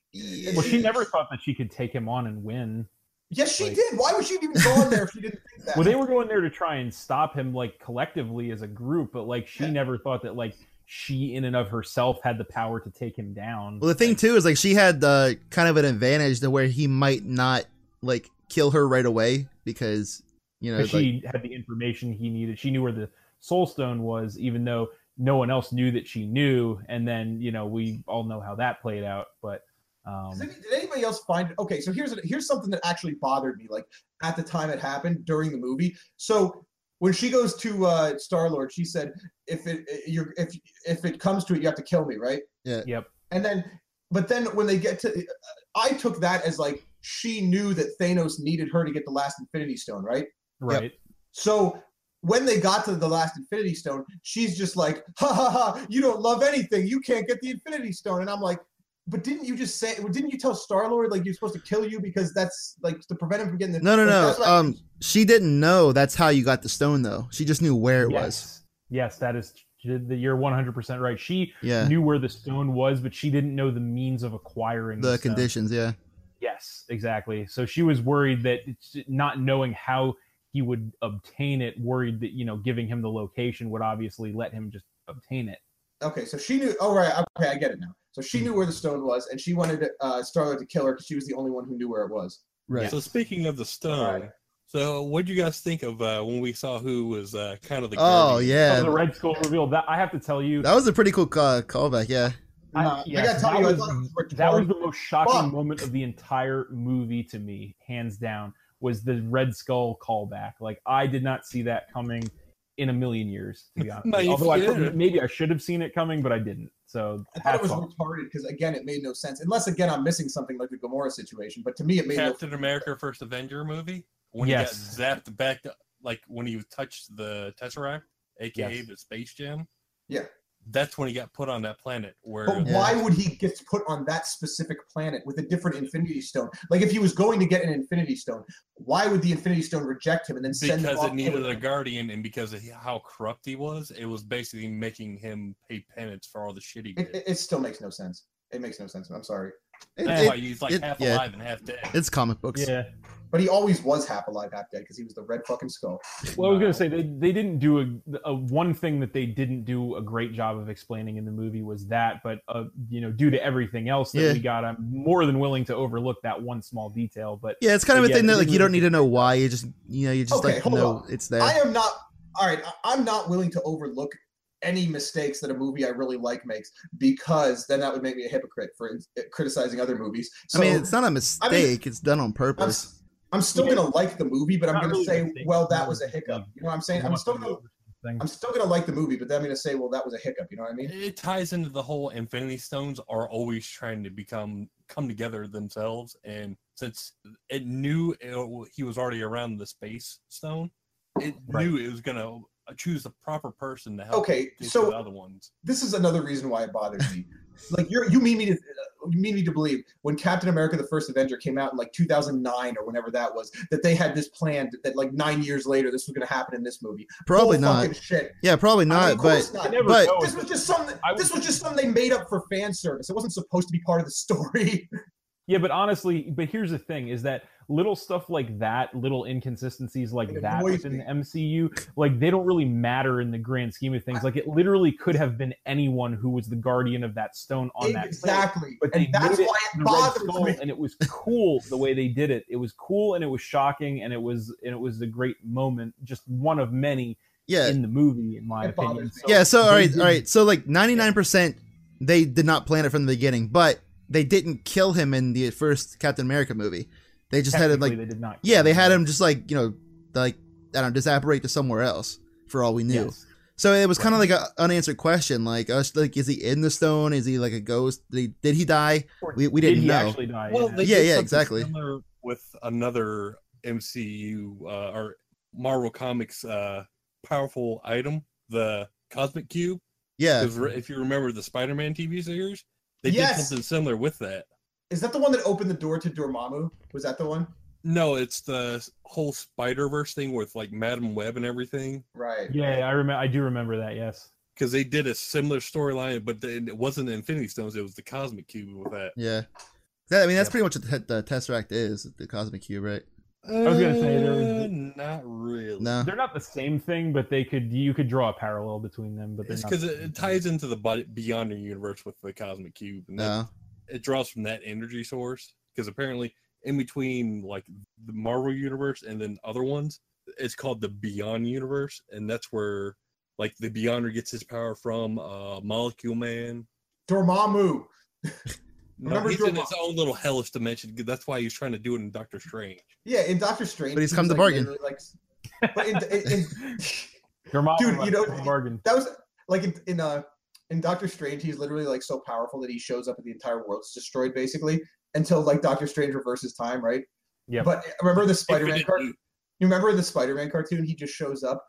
Well, <laughs> she never thought that she could take him on and win. Yes, she like- did. Why would she even go on there if she didn't think that? Well, they were going there to try and stop him, like collectively as a group, but like she Yeah. never thought that like she in and of herself had the power to take him down. Well, the thing Like, too is like she had uh, kind of an advantage to where he might not like kill her right away because you know 'cause like, she had the information he needed. She knew where the Soul Stone was, even though no one else knew that she knew. And then you know we all know how that played out. But um, Does any- did anybody else find? Okay, so here's here's something that actually bothered me. Like at the time it happened during the movie. So when she goes to uh, Star Lord, she said, "If it you're if if it comes to it, you have to kill me, right?" yep, And then, but then when they get to, I took that as like she knew that Thanos needed her to get the last Infinity Stone, right? right. So when they got to the last Infinity Stone, she's just like, ha ha ha, you don't love anything. You can't get the Infinity Stone. And I'm like, but didn't you just say, didn't you tell Star Lord like you're supposed to kill you because that's like to prevent him from getting the. no no like, no that's what I- um she didn't know that's how you got the stone though she just knew where it was Yes. Yes, that is. You're 100 percent right. She yeah knew where the stone was, but she didn't know the means of acquiring the stone. conditions yeah Yes, exactly. So she was worried that it's- not knowing how he would obtain it, worried that you know giving him the location would obviously let him just obtain it. Okay, so she knew. Oh, right. Okay, I get it now. So Hmm. she knew where the stone was, and she wanted uh, Star Lord to kill her because she was the only one who knew where it was. right So speaking of the stone, Right. so what do you guys think of uh, when we saw who was uh, kind of the? oh guardian? Oh, yeah the Red Skull reveal that I have to tell you that was a pretty cool uh, callback yeah I- Nah, Uh, I gotta yes, tell that you, I was- thought it was Rick that was Flag. the most shocking Fuck. moment of the entire movie to me, hands down. Was the Red Skull callback? Like I did not see that coming in a million years, <laughs> to be honest. No, you Although I did. probably- maybe I should have seen it coming, but I didn't. So I thought it was hats off. retarded because again, it made no sense. Unless again, I'm missing something like the Gamora situation. But to me, it made no Captain America: First Avenger movie when Yes. he got zapped back, to, like when he touched the Tesseract, aka Yes. the Space Jam. Yeah. that's when he got put on that planet. Where But Yeah. why would he get put on that specific planet with a different Infinity Stone? Like, if he was going to get an Infinity Stone, why would the Infinity Stone reject him and then send him because off it needed to- a guardian, and because of how corrupt he was, it was basically making him pay penance for all the shit he It, <laughs> did. it, it still makes no sense. It makes no sense. I'm sorry, It- That's it- why he's like it- half yeah. alive and half dead. it's comic books Yeah. but he always was half alive, half dead because he was the red fucking skull. Well, I was Wow. gonna say they, they didn't do a, a one thing that they didn't do a great job of explaining in the movie was that, but uh, you know, due to everything else that Yeah. we got, I'm more than willing to overlook that one small detail. But yeah it's kind of a Yeah, thing it that like didn't you don't really need to know why you just you know you just Okay, like hold know on. it's there I am not. All right, I- I'm not willing to overlook any mistakes that a movie I really like makes because then that would make me a hypocrite for ins- criticizing other movies. So I mean it's not a mistake it's done on I'm, purpose s- I'm still Yeah. gonna like the movie, but I'm Not gonna really say, mistakes, well, that more was a just, hiccup. like, You know what I'm saying? I'm want still them gonna to overthink. I'm still gonna like the movie, but then I'm gonna say, well, that was a hiccup. You know what I mean? It ties into the whole Infinity Stones are always trying to become come together themselves, and since it knew it, he was already around the Space Stone, it Right. knew it was gonna choose the proper person to help. Okay, get to so- the other ones. This is another reason why it bothers me. like you, are you mean me to, uh, you mean me to believe when Captain America: The First Avenger came out in like 2009 or whenever that was, that they had this plan that, that like nine years later this was gonna happen in this movie. probably Bull not Fucking shit. yeah probably I mean, not of but course not. I never but- know. This was just something. I would- This was just something they made up for fan service. It wasn't supposed to be part of the story. Yeah, but honestly, but here's the thing: is that little stuff like that, little inconsistencies like It that annoys me. within the MCU, like they don't really matter in the grand scheme of things. Like it literally could have been anyone who was the guardian of that stone on that planet exactly. but they and that's made it why it the Red bothers Skull, me. and it was cool the way they did it. It was cool and it was shocking and it was and it was a great moment, just one of many Yeah. in the movie, in my It bothers opinion. me. Yeah, so all they right, didn't- all right. So like 99% they did not plan it from the beginning, but they didn't kill him in the first Captain America movie. They just had him technically like they did not. yeah, they had him just like, you know, like I don't know, just apparate to somewhere else for all we knew. Yes. So it was kind of like an unanswered question, like, us, like, is he in the stone? Is he like a ghost? Did he, did he die? Or We, we Did didn't he know. actually die? Well, Yeah. they Yeah, did yeah, something exactly. similar With another MCU uh, or Marvel Comics uh, powerful item, the Cosmic Cube. Yeah, 'Cause re- if you remember the Spider-Man TV series, they Yes. did something similar with that. Is that the one that opened the door to Dormammu? Was that the one? No, it's the whole Spider Verse thing with like Madam Web and everything. Right. yeah, I remember. I do remember that. Yes. Because they did a similar storyline, but then it wasn't the Infinity Stones; it was the Cosmic Cube with that. yeah. That, I mean, that's Yep. pretty much what the, the Tesseract is, the cosmic cube, right? I was gonna say, there was- Uh, not really. No, They're not the same thing, but they could. You could draw a parallel between them, but they're It's not because the it, same it thing. ties into the body, Beyonder universe with the Cosmic Cube, and that- no. it draws from that energy source. Because apparently, in between like the Marvel universe and then other ones, it's called the Beyond universe, and that's where like the Beyonder gets his power from. Uh, Molecule Man. Dormammu. No, Remember he's Joe in his Bob- own little hellish dimension. 'cause That's why he's trying to do it in Doctor Strange. Yeah, in Doctor Strange. But he's he come was, to bargain. literally, Like, but in, in, in- <laughs> Dormammu Dude, you left know- the <laughs> bargain. that was like in, in uh in Doctor Strange, he's literally like so powerful that he shows up and the entire world's destroyed basically until like Doctor Strange reverses time, right? Yeah. But uh, remember the If it Spider-Man didn't cartoon? do- You remember in the Spider-Man cartoon? He just <laughs> shows up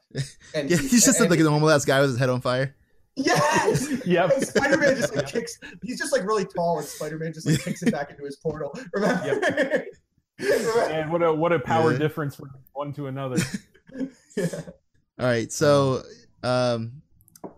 <laughs> and Yeah, he- he's just and- like a normal ass guy with his head on fire. <laughs> yes. Yep. <laughs> And Spider-Man just like kicks. He's just like really tall, and Spider-Man just like kicks it back into his portal. <laughs> Remember? Remember? And what a what a power Yeah. difference from one to another. Yeah. All right, so, um, so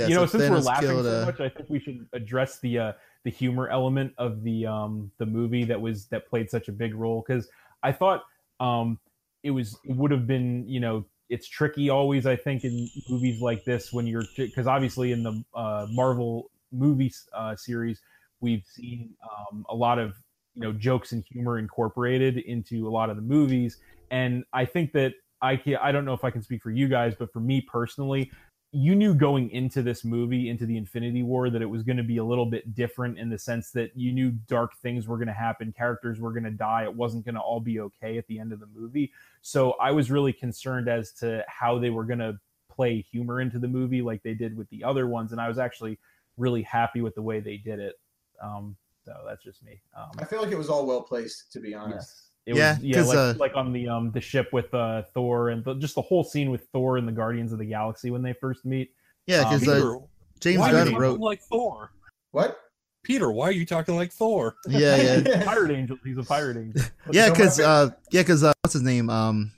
yeah, you know, so since we're Thanos laughing killed, so uh, much, I think we should address the uh, the humor element of the um, the movie that was that played such a big role because I thought um, it was it would have been you know it's tricky always I think in movies like this when you're because obviously in the uh, Marvel movie uh, series we've seen um, a lot of you know jokes and humor incorporated into a lot of the movies and I think that I can I don't know if I can speak for you guys but for me personally you knew going into this movie, into the Infinity War, that it was going to be a little bit different in the sense that you knew dark things were going to happen, characters were going to die, it wasn't going to all be okay at the end of the movie. So I was really concerned as to how they were going to play humor into the movie, like they did with the other ones, and I was actually really happy with the way they did it. Um, so that's just me. Um, <laughs> I feel like it was all well placed, to be honest. Yes. It Yeah, was, yeah, 'cause, like, uh, like on the um the ship with uh Thor and the, just the whole scene with Thor and the Guardians of the Galaxy when they first meet. yeah, um, because uh, Peter, James why are you Gunn talking <laughs> wrote, like Thor? What? Peter, why are you talking like Thor? yeah, yeah, <laughs> pirate angel. He's a pirate angel. yeah, Don't because worry. uh, yeah, because uh, what's his name? Um,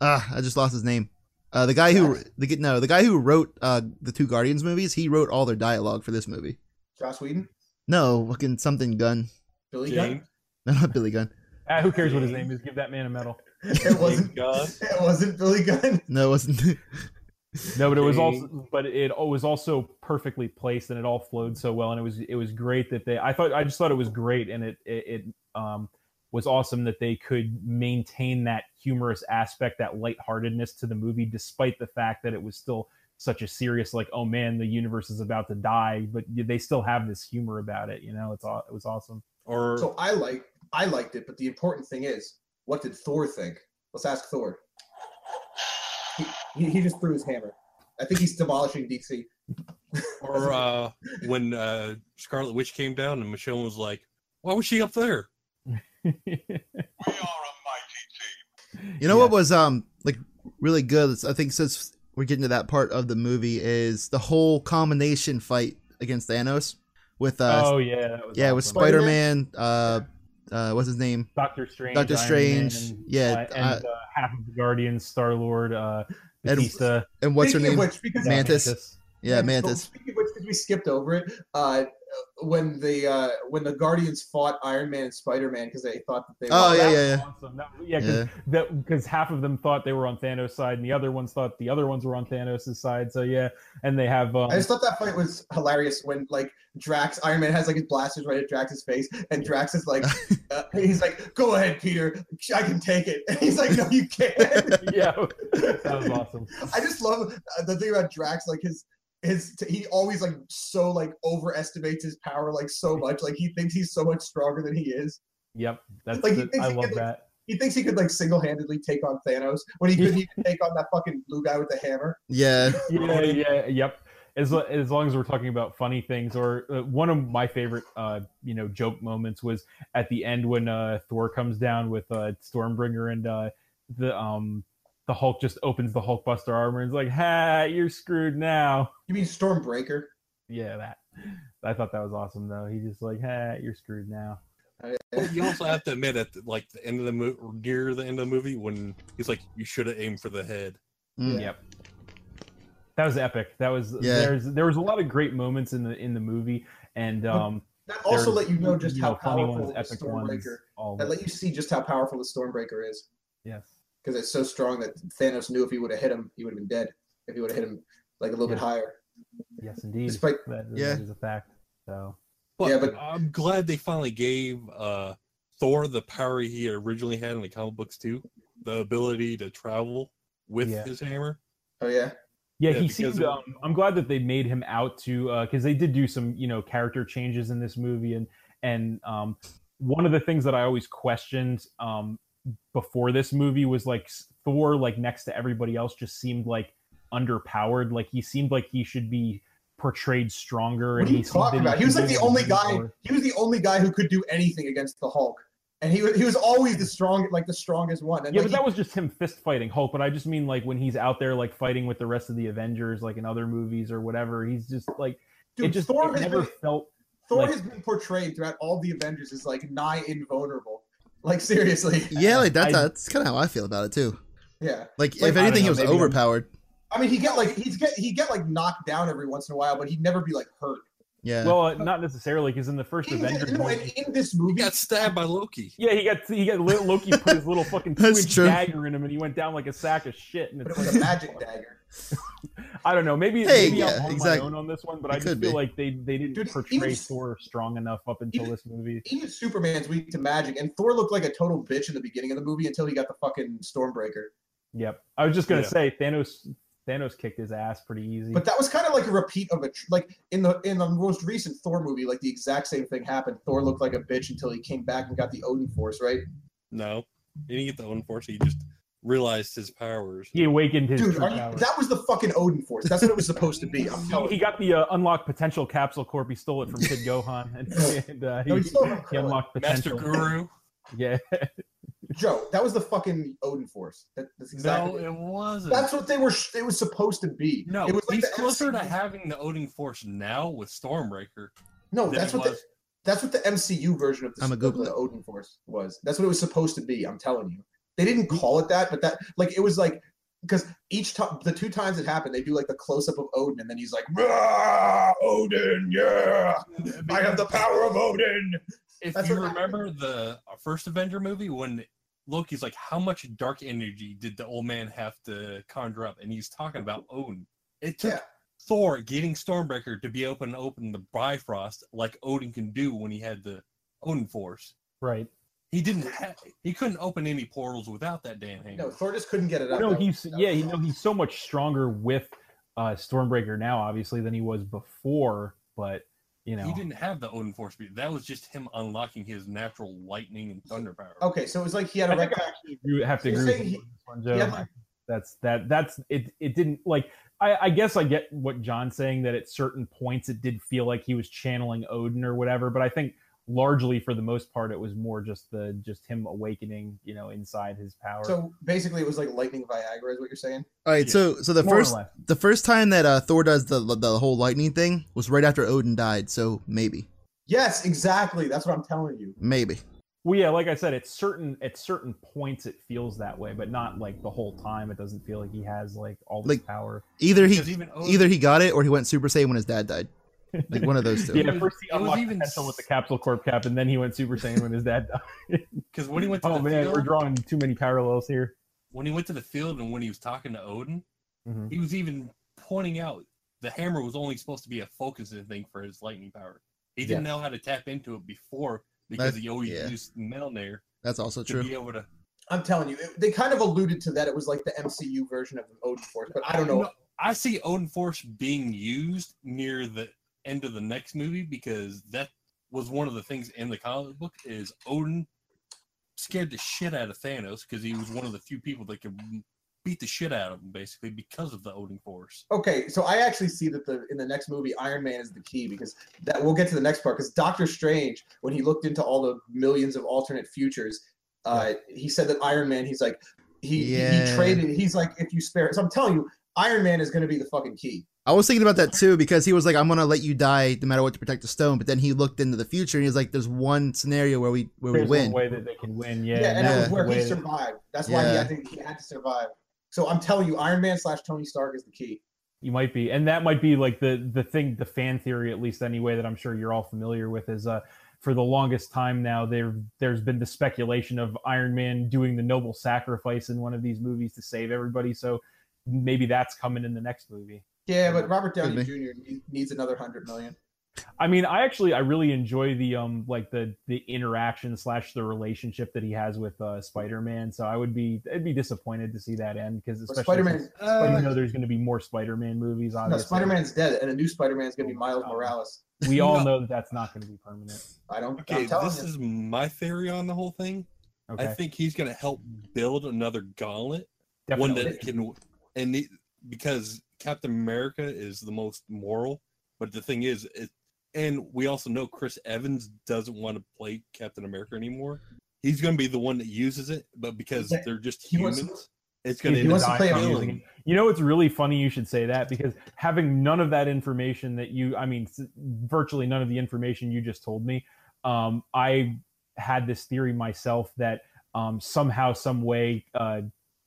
ah, I just lost his name. Uh, the guy who the g- no, the guy who wrote uh the two Guardians movies, he whrote all their dialogue for this movie. Joss Whedon, No, fucking something Gun. Billy James, Gunn. <laughs> No, not Billy Gun. Ah, who cares what his name is? Give that man a medal. <laughs> It James wasn't. Gunn. <laughs> It wasn't Billy Gunn. No, it wasn't. <laughs> No, but it was Okay. also, but it al- was also perfectly placed, and it all flowed so well, and it was it was great that they. I thought I just thought it was great, and it it, it um was awesome that they could maintain that humorous aspect, that lightheartedness to the movie, despite the fact that it was still such a serious, like, oh man, the universe is about to die, but y- they still have this humor about it. You know, it's aw- it was awesome. Or So I like. I liked it, but the important thing is, what did Thor think? Let's ask Thor. He, he, he just threw his hammer. I think he's demolishing DC. or uh, when uh, Scarlet Witch came down and Michelle was like, "Why was she up there?" Uh, We are a mighty team. You know what was um like really good? is- I think since we're getting to that part of the movie is the whole combination fight against Thanos with uh <laughs> oh yeah, that was yeah with awesome. Spider Man uh uh what's his name Doctor Strange, Doctor Iron Strange Man, yeah uh, and uh, uh, half of the Guardians, Star Lord, uh, And- Batista, and what's her Speaking name of which, because Mantis. Yeah, And- but Mantis. Speaking of which, 'cause we skipped over it, uh, when the uh, when the Guardians fought Iron Man and Spider Man because they thought that they. Oh, yeah, that yeah, was yeah. awesome. That- yeah, 'cause Yeah. that because half of them thought they were on Thanos' side, and the other ones thought the other ones were on Thanos' side. So yeah, and they have um, I just thought that fight was hilarious when like Drax, Iron Man has like his blasters right at Drax's face, and Drax <laughs> is like, uh, he's like, "Go ahead, Peter, I can take it." And he's like, "No, you can't." <laughs> <laughs> yeah, that was awesome. I just love uh, the thing about Drax, like his his he always like so like overestimates his power like so much, like he thinks he's so much stronger than he is. Yep, that's Like, he the, thinks I he love could, like, that. He thinks he could like single handedly take on Thanos when he couldn't even take on that fucking blue guy with the hammer. Yeah. yeah, Ronan. yeah, yep. As, lo- as long as we're talking about funny things, or uh, one of my favorite, uh, you know, joke moments was at the end when uh, Thor comes down with uh, Stormbringer and uh, the um, the Hulk just opens the Hulkbuster armor and is like, "Ha, you're screwed now." You mean Stormbreaker? Yeah, that. I thought that was awesome though. He just like, "Ha, you're screwed now." I- Well, you also have to admit at the, like the end of the movie, near the end of the movie, when he's like, "You should have aimed for the head." Mm. Yep. That was epic. That was Yeah. there's there was a lot of great moments in the in the movie, and um, That also there's, let you know just how funny powerful ones, the epic Stormbreaker. ones, all of That it. let you see just how powerful the Stormbreaker is Yes. because it's so strong that Thanos knew if he would have hit him, he would have been dead. If he would have hit him like a little bit Yeah. higher, Yes, indeed. despite That, Yeah. that is a fact. So But, Yeah, but- I'm glad they finally gave uh, Thor the power he originally had in the comic books too, the ability to travel with Yeah. his hammer. oh yeah, yeah, Yeah, he because seemed. it- Um, I'm glad that they made him out to because they did do some you know character changes in this movie, and and um, one of the things that I always questioned um, before this movie was like s- Thor, like next to everybody else, just seemed like underpowered. Like he seemed like he should be portrayed stronger. What and are you seemed talking about? He was like the only guy. invincible. He was the only guy who could do anything against the Hulk, and he was he was always the strong, like the strongest one. And Yeah, like, but that was just him fist fighting Hulk. But I just mean like when he's out there like fighting with the rest of the Avengers, like in other movies or whatever. He's just like dude, it just Thor, it has never been, felt. Thor like- has been portrayed throughout all the Avengers as like nigh invulnerable. Like seriously, <laughs> Yeah, like that's <laughs> I- that's kind of how I feel about it too. yeah. Like, Like, if I anything, don't he know, was maybe I'm- overpowered. I mean, he get like he's get he get like knocked down every once in a while, but he'd never be like hurt. Yeah. Well, uh, not necessarily because in the first In, Avengers, thi- no, and movie- in this He movie, got stabbed by Loki. yeah, he got he got li- Loki put his little fucking <laughs> two That's inch true. dagger in him, and he went down like a sack of shit. And but it it's was like, a magic dagger, I don't know, maybe Hey, maybe yeah, I'm on exactly. my own on this one, but It I just could feel be. like they they didn't Dude, portray even- Thor strong enough up until even- this movie. Even Superman's weak to magic, and Thor looked like a total bitch in the beginning of the movie until he got the fucking Stormbreaker. Yep, I was just gonna Yeah. say Thanos Thanos kicked his ass pretty easy. But that was kind of like a repeat of a tr- like in the in the most recent Thor movie, like the exact same thing happened. Thor looked like a bitch until he came back and got the Odin Force, right? No, he didn't get the own force. He just realized his powers. he awakened his Dude, true are you, power. that was the fucking Odin Force. That's what it was supposed to be. I'm <laughs> He- telling he you. got the uh, unlocked potential capsule corp. He stole it <laughs> from Kid Gohan, and, and uh, he, No, he stole it from he Krillin. unlocked Master potential. Guru. Yeah, Joe, that was the fucking Odin Force. That, that's exactly. No, it wasn't. that's what they were. sh- It was supposed to be. no, it was he's the closer to MCU having the Odin force now with Stormbreaker. No, than that's he what the, was- that's what the MCU version of the, I'ma of Google the it. Odin Force was. That's what it was supposed to be. I'm telling you, they didn't call it that, but that like it was like because each time the two times it happened, they do like the close up of Odin, and then he's like, "Rah, "Odin, yeah, I have the power of Odin." If That's you what happened. remember the uh, first Avenger movie when Loki's like, how much dark energy did the old man have to conjure up? And he's talking about Odin. It took Yeah. Thor getting Stormbreaker to be open open the Bifrost like Odin can do when he had the Odin force. right. He didn't have, he couldn't open any portals without that damn hammer. No, Thor just couldn't get it up. No, That was- he's that yeah. was You know, wrong. he's so much stronger with uh, Stormbreaker now, obviously, than he was before. But you know, He didn't have the Odin force. That was just him unlocking his natural lightning Oh, and thunder power. Okay, so it was like he had a I think rectangle. you have to You're agree with saying me he- on this one, Joe. he had, like- that's that. That's it. It didn't like. I, I guess I get what John's saying that at certain points it did feel like he was channeling Odin or whatever. But I think largely for the most part it was more just the just him awakening, you know, inside his power. So basically, it was like lightning Viagra, is what you're saying. All right. Yeah. So, so the More or first less. the first time that uh, Thor does the the whole lightning thing was right after Odin died. So maybe, Yes, exactly. That's what I'm telling you. maybe. Well, yeah, like I said, at certain at certain points it feels that way, but not like the whole time. It doesn't feel like he has like all this Like, power. Either he Because even Odin- either he got it or he went Super Saiyan when his dad died. Like one of <laughs> those two. Yeah, first he it was unlocked even potential with the s- Capsule Corp cap, and then he went Super Saiyan when his dad died. Because when he went to Oh the man, field, we're drawing too many parallels here. when he went to the field and when he was talking to Odin, Mm-hmm. Mhm. he was even pointing out the hammer was only supposed to be a focusing thing for his lightning power. He didn't know how to tap into it before because That's- he always yeah. used metal nair That's also to true. be able to. I'm telling you, it, they kind of alluded to that. It was like the MCU version of the Odin Force, but I don't know. No, I see Odin Force being used near the end of the next movie because that was one of the things in the comic book is Odin scared the shit out of Thanos because he was one of the few people that could beat the shit out of him basically because of the Odin Force. Okay, so I actually see that the in the next movie, Iron Man is the key because that we'll get to the next part. Because Doctor Strange, when he looked into all the millions of alternate futures, uh, he said that Iron Man, he's like, he, he- he Yeah. traded. He's like, if you spare, so I'm telling you, Iron Man is going to be the fucking key. I was thinking about that too because he was like, "I'm gonna let you die no matter what to protect the stone," but then he looked into the future and he was like, "There's one scenario where we where There's we win." one way that they can win. Yeah, Yeah, and that it was Yeah. the where he way that- survived. That's why Yeah. he had, to, he had to survive. So I'm telling you, Iron Man slash Tony Stark is the key. You might be, and that might be like the the thing, the fan theory, at least anyway, that I'm sure you're all familiar with is uh, for the longest time now there there's been the speculation of Iron Man doing the noble sacrifice in one of these movies to save everybody. So maybe that's coming in the next movie. Yeah, but Robert Downey Could Jr. ne- needs another hundred million. I mean, I actually I really enjoy the um like the the interaction slash the relationship that he has with uh, Spider Man. So I would be I'd be disappointed to see that end because But especially Spider-Man- since Spider-Man- you know there's going to be more Spider Man movies. No, Obviously, Spider Man's dead, and a new Spider Man's gonna be Miles Oh. Morales. We all No. know that that's not going to be permanent. I don't. Okay, I'm telling this you. is my theory on the whole thing. Okay, I think he's going to help build another gauntlet, definitely. one that can, and it, because Captain America is the most moral. But the thing is, it, and we also know Chris Evans doesn't want to play Captain America anymore. He's going to be the one that uses it, but because Yeah, they're just he wants- humans, it's going he end up wants to play dying. on using it. You know, it's really funny you should say that because having none of that information that you, I mean, s- virtually none of the information you just told me, um, I had this theory myself that um, somehow, some way, uh,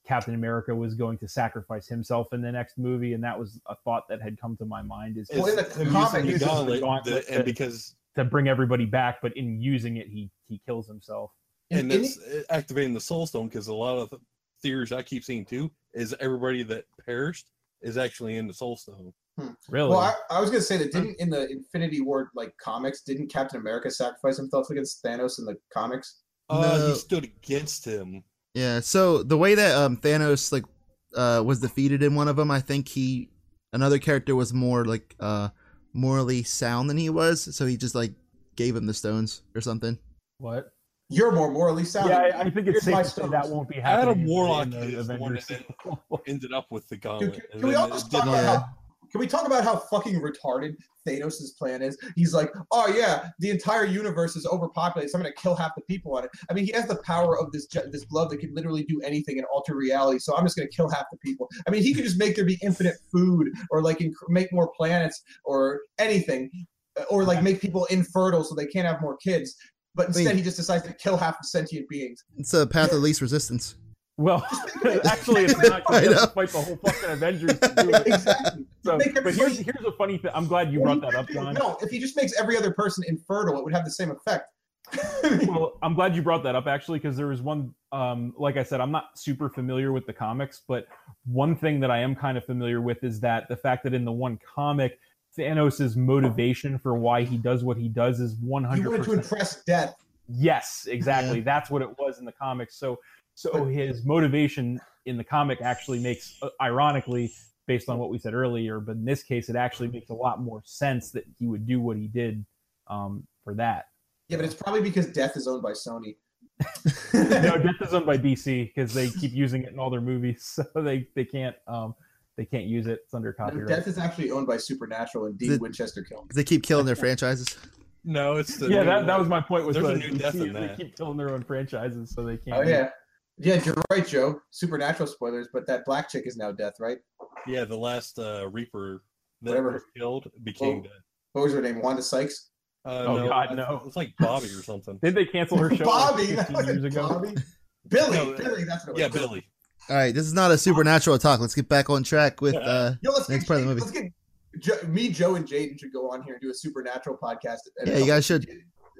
Captain America was going to sacrifice himself in the next movie, and that was a thought that had come to my mind is Well, in the It's him comic, using he's the just gauntlet, the gauntlet the- and that- because to bring everybody back, but in using it, he he kills himself. and Any- that's uh, activating the soul stone because a lot of the theories I keep seeing too is everybody that perished is actually in the soul stone. Really? well, I, I was gonna say that didn't in the Infinity War like comics, didn't Captain America sacrifice himself against Thanos in the comics? Uh, No. he stood against him. Yeah. So the way that um Thanos like uh was defeated in one of them, I think he another character was more like uh morally sound than he was, so he just like gave him the stones or something. what? You're more morally sound. Yeah, than I, I me. think Here's it's my safe to say stones. that won't be Adam happening. in Warlock the is the one Avengers that- sequel. Ended up with the Dude, gauntlet. can, and can we then all it just talk didn't- about Yeah. how? Can we talk about how fucking retarded Thanos' plan is? He's like, oh yeah, the entire universe is overpopulated, so I'm gonna kill half the people on it. I mean, he has the power of this ge- this glove that can literally do anything and alter reality. So I'm just gonna kill half the people. I mean, he could just make there be infinite food, or like inc- make more planets, or anything, or like make people infertile so they can't have more kids. But I mean- instead, he just decides to kill half the <laughs> sentient beings. It's a path of least resistance. Well, <laughs> actually, it's not I because know. fight the whole fucking Avengers. To do it. Exactly. So, Make but here's, everybody- here's a funny thing. I'm glad you What brought do you that up, think? <laughs> John. No, if he just makes every other person infertile, it would have the same effect. <laughs> Well, I'm glad you brought that up actually, because there was one. Um, like I said, I'm not super familiar with the comics, but one thing that I am kind of familiar with is that the fact that in the one comic, Thanos' motivation for why he does what he does is 100. You wanted to impress death. Yes, exactly. Mm-hmm. That's what it was in the comics. So, so his motivation in the comic actually makes, uh, ironically, based on what we said earlier, but in this case, it actually makes a lot more sense that he would do what he did um, for that. Yeah, but it's probably because death is owned by Sony. <laughs> No, Death is owned by DC because they keep using it in all their movies, <laughs> so they they can't um, they can't use it. It's under No, copyright. death is actually owned by Supernatural and Dean The- Winchester killed. 'Cause They keep killing their franchises. No, it's the yeah, new that, that one. was my point. Was There's a uh, new death DC, in they that. keep killing him their own franchises, so they can't. Oh yeah, yeah, you're right, Joe. Supernatural spoilers, but that black chick is now death, right? yeah the last uh, Reaper that Whatever. was killed became Oh. dead. What was her name? Wanda Sykes. Uh, Oh, no, God, I- no. It's like Bobby or something. Did they cancel <laughs> her show Bobby, like 15 years ago? Bobby, Billy, No, Billy, that's what it Yeah, was. Billy. All right, this is not a supernatural talk. Let's get back on track with. uh Yo, let's Next get, part of the let's get Jo- me, Joe, and Jaden should go on here and do a supernatural podcast. at a Yeah, you couple- guys should.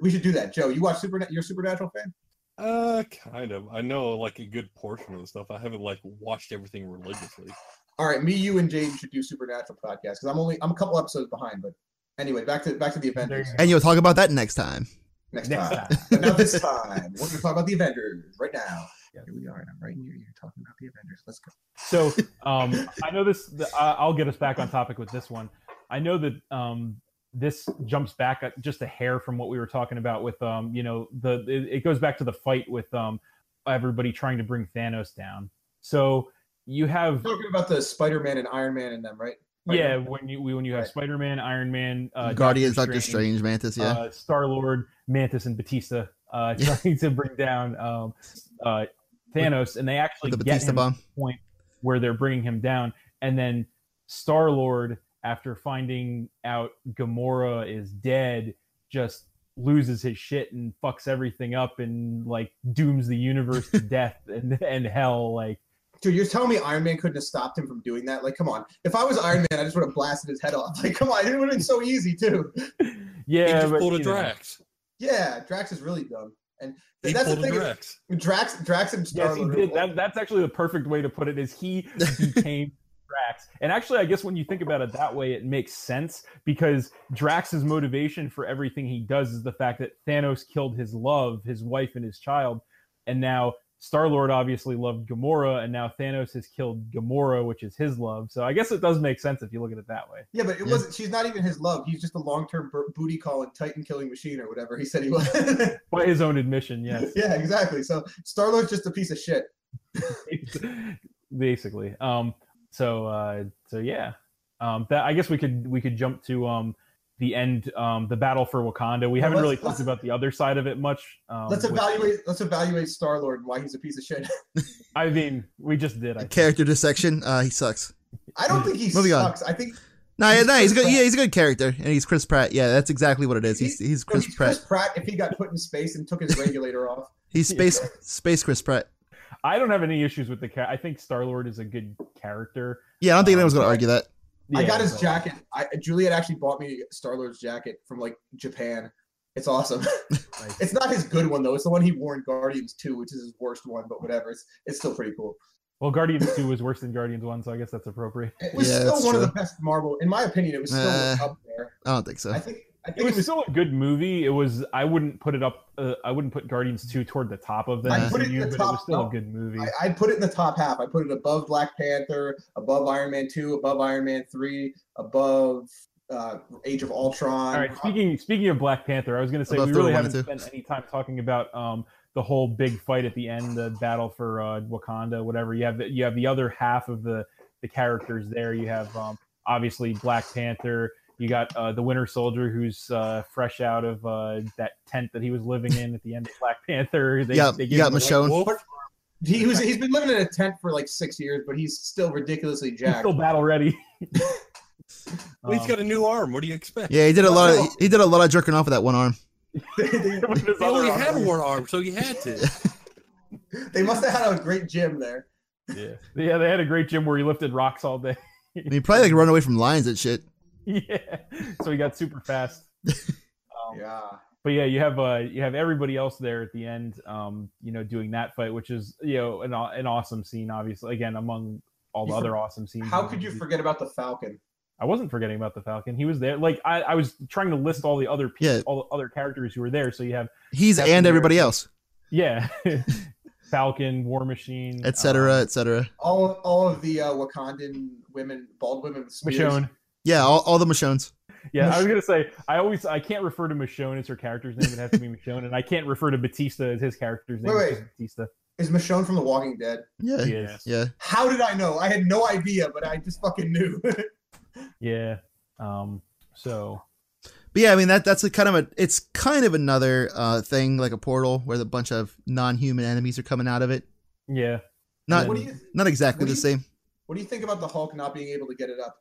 We should do that, Joe. You watch Super? You're a supernatural fan? Uh, kind of. I know like a good portion of the stuff. I haven't like watched everything religiously. All right, me, you, and Jaden should do supernatural podcast because I'm only I'm a couple episodes behind. But anyway, back to back to the Avengers There And you'll talk about that next time. next, Next time. <laughs> time. but now this time, we're going to talk about the Avengers right now. Yes. Here we are, and I'm right in your ear talking about the Avengers. Let's go. So um, I know this. The, I- I'll get us back on topic with this one. I know that um, this jumps back a- just a hair from what we were talking about with um, you know the it, it goes back to the fight with um, everybody trying to bring Thanos down. So you have We're talking about the Spider-Man and Iron Man and them, right? yeah when you when you have Right. Spider Man, Iron Man, uh, Guardians, Doctor Strange, Mantis, yeah. uh, Star Lord, Mantis, and Batista uh, <laughs> Yeah. trying to bring down um, uh, Thanos, and they actually the get Batista him bomb. point where they're bringing him down, and then Star Lord, after finding out Gamora is dead, just loses his shit and fucks everything up and like dooms the universe <laughs> to death and and hell. Like, Dude, you're telling me Iron Man couldn't have stopped him from doing that? Like, come on. If I was Iron Man, I just would have blasted his head off. <laughs> Like, come on, it would have been so easy too. yeah, he just but, pulled a you know, Drax. Yeah, Drax is really dumb, and He th- that's the pulled a thing. is- Drax. Drax, Drax, and Star Yes, he Lord. did. That, that's actually the perfect way to put it. Is he became Drax? And actually, I guess when you think about it that way, it makes sense because Drax's motivation for everything he does is the fact that Thanos killed his love, his wife, and his child, and now Star Lord obviously loved Gamora, and now Thanos has killed Gamora, which is his love. So I guess it does make sense if you look at it that way. Yeah, but it Yeah. wasn't. She's not even his love. He's just a long-term bo- booty call and Titan killing machine or whatever he said he was. <laughs> By his own admission, yes. yeah, exactly. So Star Lord's just a piece of shit. <laughs> basically um so uh so yeah um that i guess we could we could jump to um the end um the battle for wakanda we Well, haven't let's- really let's- talked about the other side of it much um let's which- evaluate. Let's evaluate Star Lord and why he's a piece of shit. <laughs> i mean we just did I, Character dissection. Uh, he sucks. I don't think he Moving on. sucks. I think No, yeah, He's no, he's Chris good. Pratt. Yeah, he's a good character, and he's Chris Pratt. Yeah, that's exactly what it is. He's he's Chris, Chris he's Chris Pratt. Pratt, if he got put in space and took his regulator <laughs> off, He's space space Chris Pratt. I don't have any issues with the cat i think star lord is a good character Yeah, I don't think anyone's gonna argue that. I got Yeah, his but- jacket. I, Juliet actually bought me Star Lord's jacket from like Japan. It's awesome. <laughs> it's not his good one though. It's the one he wore in Guardians 2, which is his worst one, but whatever. It's it's still pretty cool. well guardians 2 was worse than guardians 1 so i guess that's <laughs> appropriate It was Yeah, still that's one of the true. best Marvel, in my opinion. It was still Uh, up there. I don't think so. I think I it think was still a good movie it was i wouldn't put it up uh, i wouldn't put guardians 2 toward the top of the I put it MCU, in the but it top- was still no. a good movie I, I put it in the top half. I put it above Black Panther, above Iron Man 2, above Iron Man 3, above uh, Age of Ultron. All Um, right. Speaking speaking of Black Panther, I was going to say Above we three, really one haven't and two. spent any time talking about um, the whole big fight at the end, the battle for uh, Wakanda, whatever. You have the, you have the other half of the the characters there. You have um, obviously Black Panther. You got uh, the Winter Soldier, who's uh, fresh out of uh, that tent that he was living in at the end of Black <laughs> Panther. They, yeah, they you gave got him a- Michonne. Wolf, Uh, He was he's been living in a tent for like six years, but he's still ridiculously He's jacked. still battle ready. <laughs> Um, well, Um, he's got a new arm. What do you expect? Yeah, he did a lot. Of, he did a lot of jerking off with that one arm. they, With his He other only arm. had one arm, so he had to. <laughs> they must have had a great gym there. yeah. yeah, they had a great gym where he lifted rocks all day. I mean, he probably like run away from lions and shit. <laughs> yeah, so he got super fast. Um, Yeah. but yeah, you have uh, you have everybody else there at the end, um, you know, doing that fight, which is you know an, aw- an awesome scene, obviously. Again, among all the You for- other awesome Mm-hmm. scenes. How in the could you movie. forget about the Falcon? I wasn't forgetting about the Falcon. He was there. Like I, I was trying to list all the other people, Yeah. all the other characters who were there. So you have He's Captain and everybody America. else, yeah, <laughs> Falcon, War Machine, etc., um, etc. All all of the uh, Wakandan women, bald women with spears. Michonne. Yeah, all, all the Michonnes. Yeah, I was gonna say I always I can't refer to Michonne as her character's name. It has to be Michonne, and I can't refer to Batista as his character's name. Wait, it's wait. just Batista. Is Michonne from The Walking Dead? Yeah, yeah. Yes. How did I know? I had no idea, but I just fucking knew. <laughs> Yeah. Um. So But yeah, I mean that that's a kind of a it's kind of another uh, thing like a portal where a bunch of non-human enemies are coming out of it. yeah. Not what do you not exactly what do the you- same. What do you think about the Hulk not being able to get it up?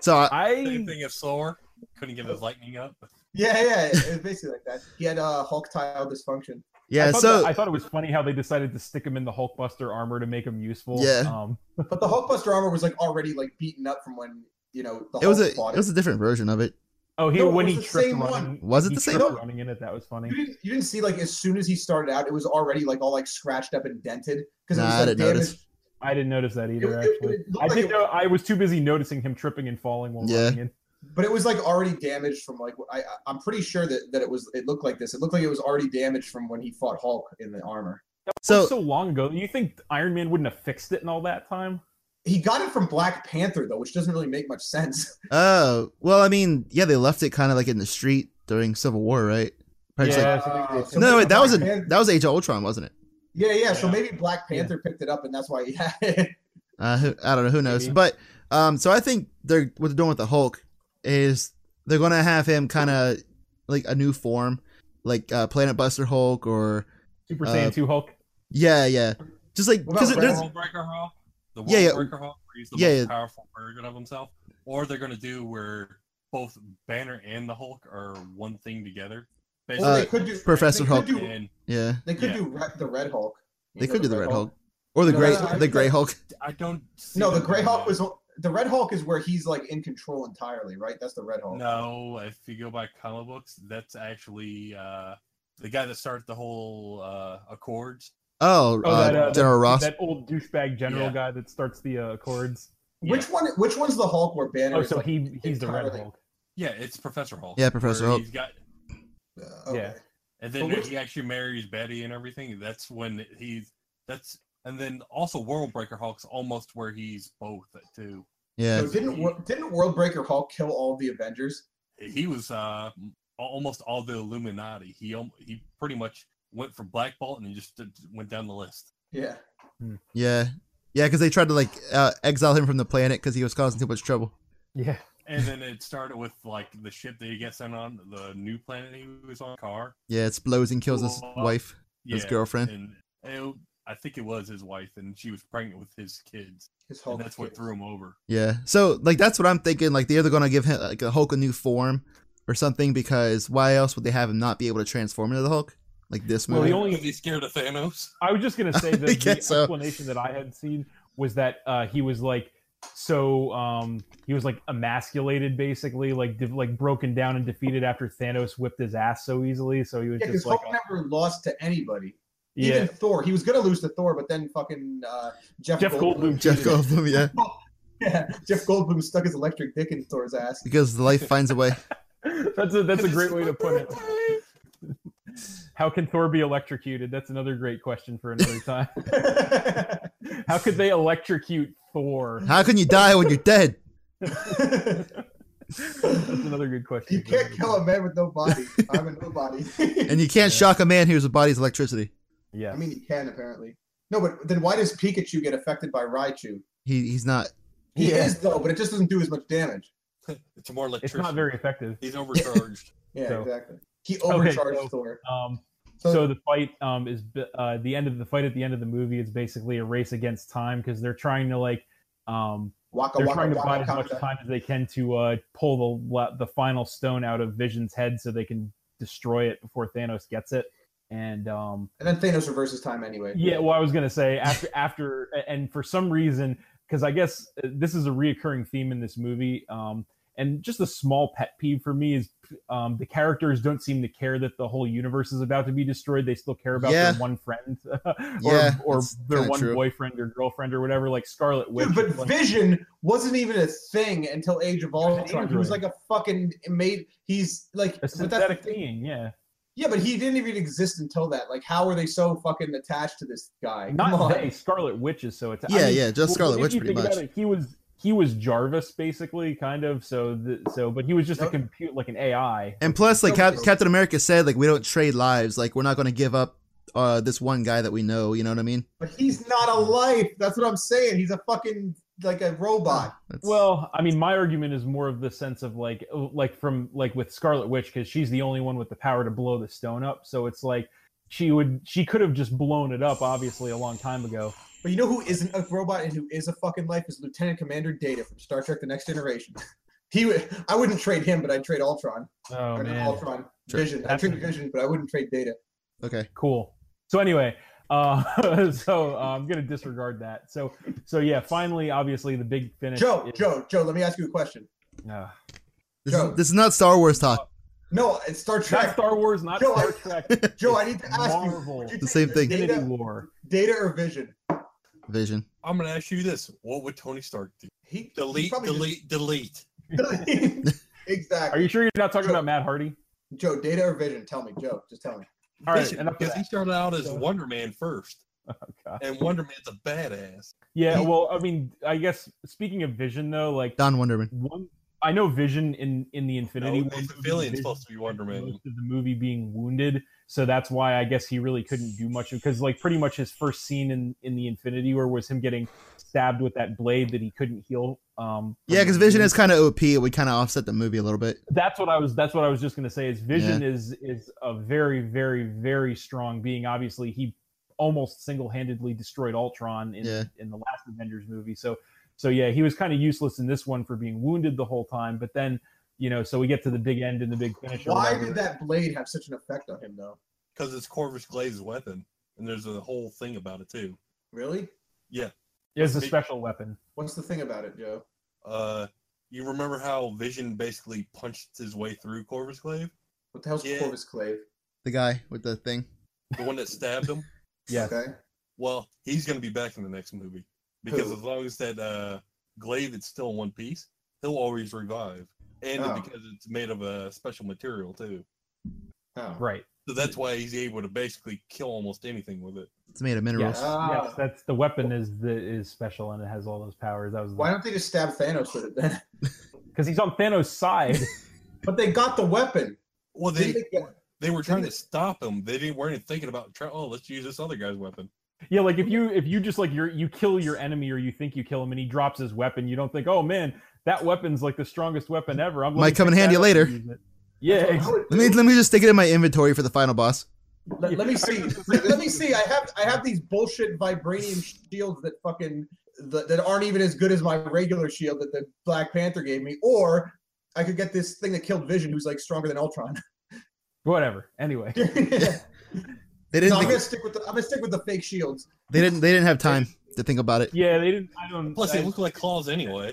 So I, Same I thing as Thor. Couldn't get his lightning up. Yeah, yeah, it was basically like that. He had uh, Hulk tile dysfunction. I Yeah, thought so that- I thought it was funny how they decided to stick him in the Hulkbuster armor to make him useful. Yeah. Um, But the Hulkbuster armor was like already like beaten up from when you know the Hulk it was a fought it was a different version of it. oh, he No, it when was he the tripped same running, one. Was it he the same tripped one? running in it? That was funny. You didn't, you didn't see like as soon as he started out, it was already like all like scratched up and dented because Nah, it was I like, didn't damaged- notice. I didn't notice that it- either. it- Actually, it looked I like did it- know. I was too busy noticing him tripping and falling while Yeah. running. In. but it was like already damaged from like I I- I'm pretty sure that that it was it looked like this. It looked like it was already damaged from when he fought Hulk in the armor. That was So so long ago. You think Iron Man wouldn't have fixed it in all that time? He got it from Black Panther though, which doesn't really make much sense. Oh, well, I mean, yeah, they left it kind of like in the street during Civil War, right? Probably just Yeah, like- I think they Uh, did. so no, no, wait, that was a, Black Pan- that was Age of Ultron, wasn't it? yeah, yeah. So Yeah. maybe Black Panther picked it up, and that's why <laughs> he had it. Uh, who, I don't know, who knows? Maybe. But um, so I think they're what they're doing with the Hulk is they're gonna have him kind of like a new form, like uh, Planet Buster Hulk or Super Uh, Saiyan two Hulk. yeah, yeah, just like What about because But The there's- there's Worldbreaker Hall, the Yeah, yeah. Worldbreaker Hall, where he's the Yeah, most yeah. powerful version of himself, or they're gonna do where both Banner and the Hulk are one thing together. Well, Uh, they could do Professor they could Hulk. do- and yeah, they could Yeah. do Re- the Red Hulk. You they know, could do the Red Hulk or No, the gray no, no, the I- Gray Hulk. I don't. See No, the them Grey doing Hulk that. was the Red Hulk is where he's like in control entirely, right? That's the Red Hulk. No, if you go by comic books, that's actually uh, the guy that started the whole uh, Accords. Oh, Oh, uh, that, uh, General Ross. That old douchebag general Yeah. guy that starts the uh, chords. Which one? Which one's the Hulk where Banner? Oh, is so like- he he's the Red entirely- Hulk. Yeah, it's Professor Hulk. Yeah, Professor where Hulk. He's got, Uh, okay. Yeah. and then But which- he actually marries Betty and everything. That's when he's that's, and then also Worldbreaker Hulk's almost where he's both too. yeah, So didn't Wor- didn't Worldbreaker Hulk kill all the Avengers? He was uh almost all the Illuminati. He al- he pretty much went from Black Bolt and he just did- went down the list. Yeah. yeah, yeah, because they tried to like uh, exile him from the planet because he was causing too much trouble. Yeah. And then it started with like the ship that he gets sent on the new planet he was on car. Yeah, explodes and kills his Well, wife, his girlfriend. and it, I think it was his wife, and she was pregnant with his kids, His Hulk. and that's what kids. threw him over. Yeah. So like that's what I'm thinking. Like they're either gonna give him like a Hulk a new form or something because why else would they have him not be able to transform into the Hulk? Like this Well, movie. <laughs> the only- Is he scared of Thanos? I was just gonna say I that the guess so. explanation that I had seen was that uh, he was like so um, he was like emasculated basically, like de- like broken down and defeated after Thanos whipped his ass so easily. So he was Yeah, because just like Hulk a- never lost to anybody. <laughs> yeah. Even Thor. He was gonna lose to Thor, but then fucking uh, Jeff, Jeff Goldblum Jeff cheated. Goldblum, yeah. <laughs> Yeah, Jeff Goldblum stuck his electric dick in Thor's ass. Because life finds a way. that's a that's a great way to <laughs> put it. How can Thor be electrocuted? That's another great question for another <laughs> time. How could they electrocute <laughs> Thor? How can you die when you're dead? That's another good question. you for can't another kill a time. man with no <laughs> body. I'm a nobody. And you can't Yeah. shock a man whose body's electricity. Yeah. I mean, he can apparently. No, but then why does Pikachu get affected by Raichu? He he's not He Yeah. is though, but it just doesn't do as much damage. It's more it's electricity. not very effective. <laughs> He's overcharged. Yeah, So- exactly. He Okay, overcharged so- Thor. Um, So, so the fight um, is b- uh, the end of the fight at the end of the movie is basically a race against time because they're trying to like um, waka they're waka trying to waka buy as much waka. time as they can to uh, pull the la- the final stone out of Vision's head so they can destroy it before Thanos gets it. And um, And then Thanos reverses time anyway. yeah, well, I was gonna say after after and for some reason because I guess uh, this is a reoccurring theme in this movie. Um, and just a small pet peeve for me is um, the characters don't seem to care that the whole universe is about to be destroyed. They still care about Yeah. their one friend <laughs> or, Yeah, or that's their kinda one true. boyfriend or girlfriend or whatever, like Scarlet Witch. Dude, but is like- Vision wasn't even a thing until Age of was an Ultron. He was like android. a fucking made. He's like but a that's the synthetic thing. being, yeah. Yeah, but he didn't even exist until that. Like, how are they so fucking attached to this guy? Come Not on. they, Scarlet Witch is so. It's Yeah, yeah, just Scarlet Witch pretty much. he was he was Jarvis basically, kind of. So the, so, but he was just a Yep. compute like an AI. and plus like Cap- Goldblum. Captain America said like we don't trade lives, like we're not gonna give up uh this one guy that we know, you know what I mean? But he's not a life. That's what I'm saying. He's a fucking like a robot. That's, Well, I mean, my argument is more of the sense of like, oh, like from like with Scarlet Witch because she's the only one with the power to blow the stone up. So it's like she would, she could have just blown it up, obviously, a long time ago. But you know who isn't a robot and who is a fucking life is Lieutenant Commander Data from Star Trek: The Next Generation. <laughs> He would. I wouldn't trade him, but I'd trade Ultron. Oh Or not man, Ultron. Sure. Vision. I'd trade Vision, but I wouldn't trade Data. Okay. cool. So anyway, uh, <laughs> so uh, I'm gonna disregard that. So so yeah, finally, obviously, the big finish. Joe, is- Joe, Joe. Let me ask you a question. Uh, This is, Joe. this is not Star Wars talk. No, it's Star not Trek. Star Wars, not Joe, Star I- Trek. Joe, I need to ask you. Marvel. would you The take same thing. Infinity Data, War. data or Vision? Vision. I'm gonna ask you this: What would Tony Stark do? He he Delete, probably delete, delete. just- <laughs> exactly. Are you sure you're not talking Joe. about Matt Hardy? Joe, data or vision? Tell me, Joe. Just tell me. All right, Listen, enough of because he that. started out as So- Wonder Man first, God. and Wonder Man's a badass. Yeah, he- well, I mean, I guess speaking of Vision though, like Don Wonderman. one, I know Vision in in the Infinity No, War the movie, villain's Vision- supposed to be Wonder Man. most of the movie being wounded. So that's why I guess he really couldn't do much because like pretty much his first scene in in the Infinity War was him getting stabbed with that blade that he couldn't heal. Um, from Yeah, because the Vision wound. is kind of OP. It would kind of offset the movie a little bit. that's what I was that's what I was just gonna say is Vision is is a very very very strong being. Obviously, he almost single handedly destroyed Ultron in Yeah. in the last Avengers movie. So so yeah, he was kind of useless in this one for being wounded the whole time. But then you know, so we get to the big end and the big finish. or Why whatever. did that blade have such an effect on him, though? because it's Corvus Glaive's weapon, and there's a whole thing about it too. Really? is a big- special weapon? What's the thing about it, Joe? Uh, you remember how Vision basically punched his way through Corvus Glaive, What the hell's Yeah. Corvus Clave? The guy with the thing. the one that stabbed him? Yes. Okay. Well, he's gonna be back in the next movie because Who? as long as that uh Glaive is still in one piece, he'll always revive, and Oh. because it's made of a special material too. Oh. Right. So that's why he's able to basically kill almost anything with it. It's made of minerals. Yes. Ah. Yes. That's the weapon is the, is special and it has all those powers. That was Why don't they just stab Thanos with it then? <laughs> because he's on Thanos' side. But they got the weapon. Well, Didn't they they get- they were trying they- to stop him. They didn't weren't even thinking about try, oh let's use this other guy's weapon. Yeah, like if you if you just like you're you kill your enemy or you think you kill him and he drops his weapon, you don't think, oh man, that weapon's like the strongest weapon ever. I'm gonna Might come in pick handy that up later. and use it." Yeah, I ex- would- Let me let me just stick it in my inventory for the final boss. let, let me <laughs> see. Let, let me see. I have I have these bullshit vibranium shields that fucking that, that aren't even as good as my regular shield that the Black Panther gave me. Or I could get this thing that killed Vision, who's like stronger than Ultron. <laughs> whatever. Anyway, They No, didn't I'm think- gonna stick with the I'm gonna stick with the fake shields. they didn't they didn't have time to think about it. yeah, they didn't. I don't. Plus, I- they look like claws anyway.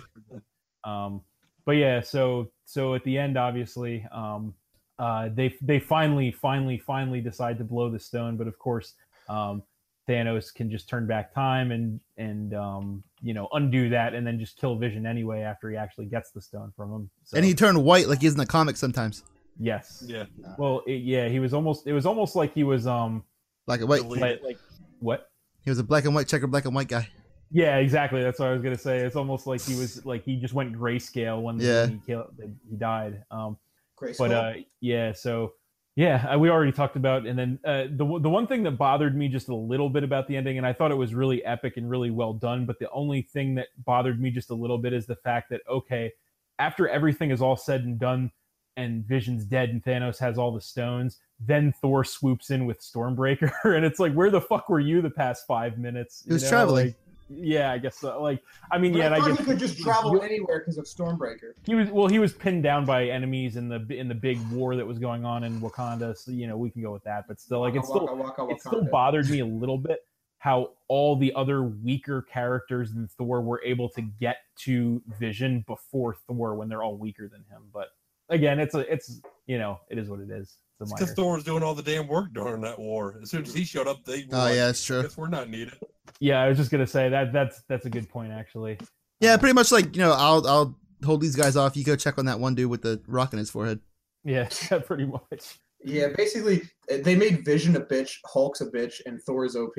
Um, but yeah, so so at the end, obviously, um, uh, they they finally, finally, finally decide to blow the stone. But of course, um, Thanos can just turn back time and and um, you know undo that and then just kill Vision anyway after he actually gets the stone from him. So, And he turned white like he is in the comics sometimes. yes, Yeah, Well, it, yeah, he was almost. It was almost like he was um Black and white. Delete. like, like what? He was a black and white checker, black and white guy. Yeah, exactly. That's what I was gonna say. It's almost like he was like he just went grayscale when Yeah. he killed, he died. Um, Grace. but uh, yeah, so yeah, I- we already talked about, and then uh, the w- the one thing that bothered me just a little bit about the ending, and I thought it was really epic and really well done, but the only thing that bothered me just a little bit is the fact that okay, after everything is all said and done, and Vision's dead, and Thanos has all the stones, then Thor swoops in with Stormbreaker, <laughs> and it's like, where the fuck were you the past five minutes? He was traveling. like, yeah, I guess so. Like, I mean, But yeah, and I I thought guess he could just travel anywhere because of Stormbreaker. he was well. He was pinned down by enemies in the in the big war that was going on in Wakanda. So you know we can go with that, but still, like it's Waka still waka it waka still waka. bothered me a little bit how all the other weaker characters than Thor were able to get to Vision before Thor when they're all weaker than him. But again, it's a it's you know it is what it is. It's a because minor. Thor was doing all the damn work during that war. As soon as he showed up, they were Oh like, yeah, that's true. guess we're not needed. Yeah, I was just gonna say that that's that's a good point actually. Yeah, pretty much like you know, I'll I'll hold these guys off. You go check on that one dude with the rock in his forehead. Yeah, <laughs> pretty much. Yeah, basically uh, they made Vision a bitch, Hulk's a bitch, and Thor's OP.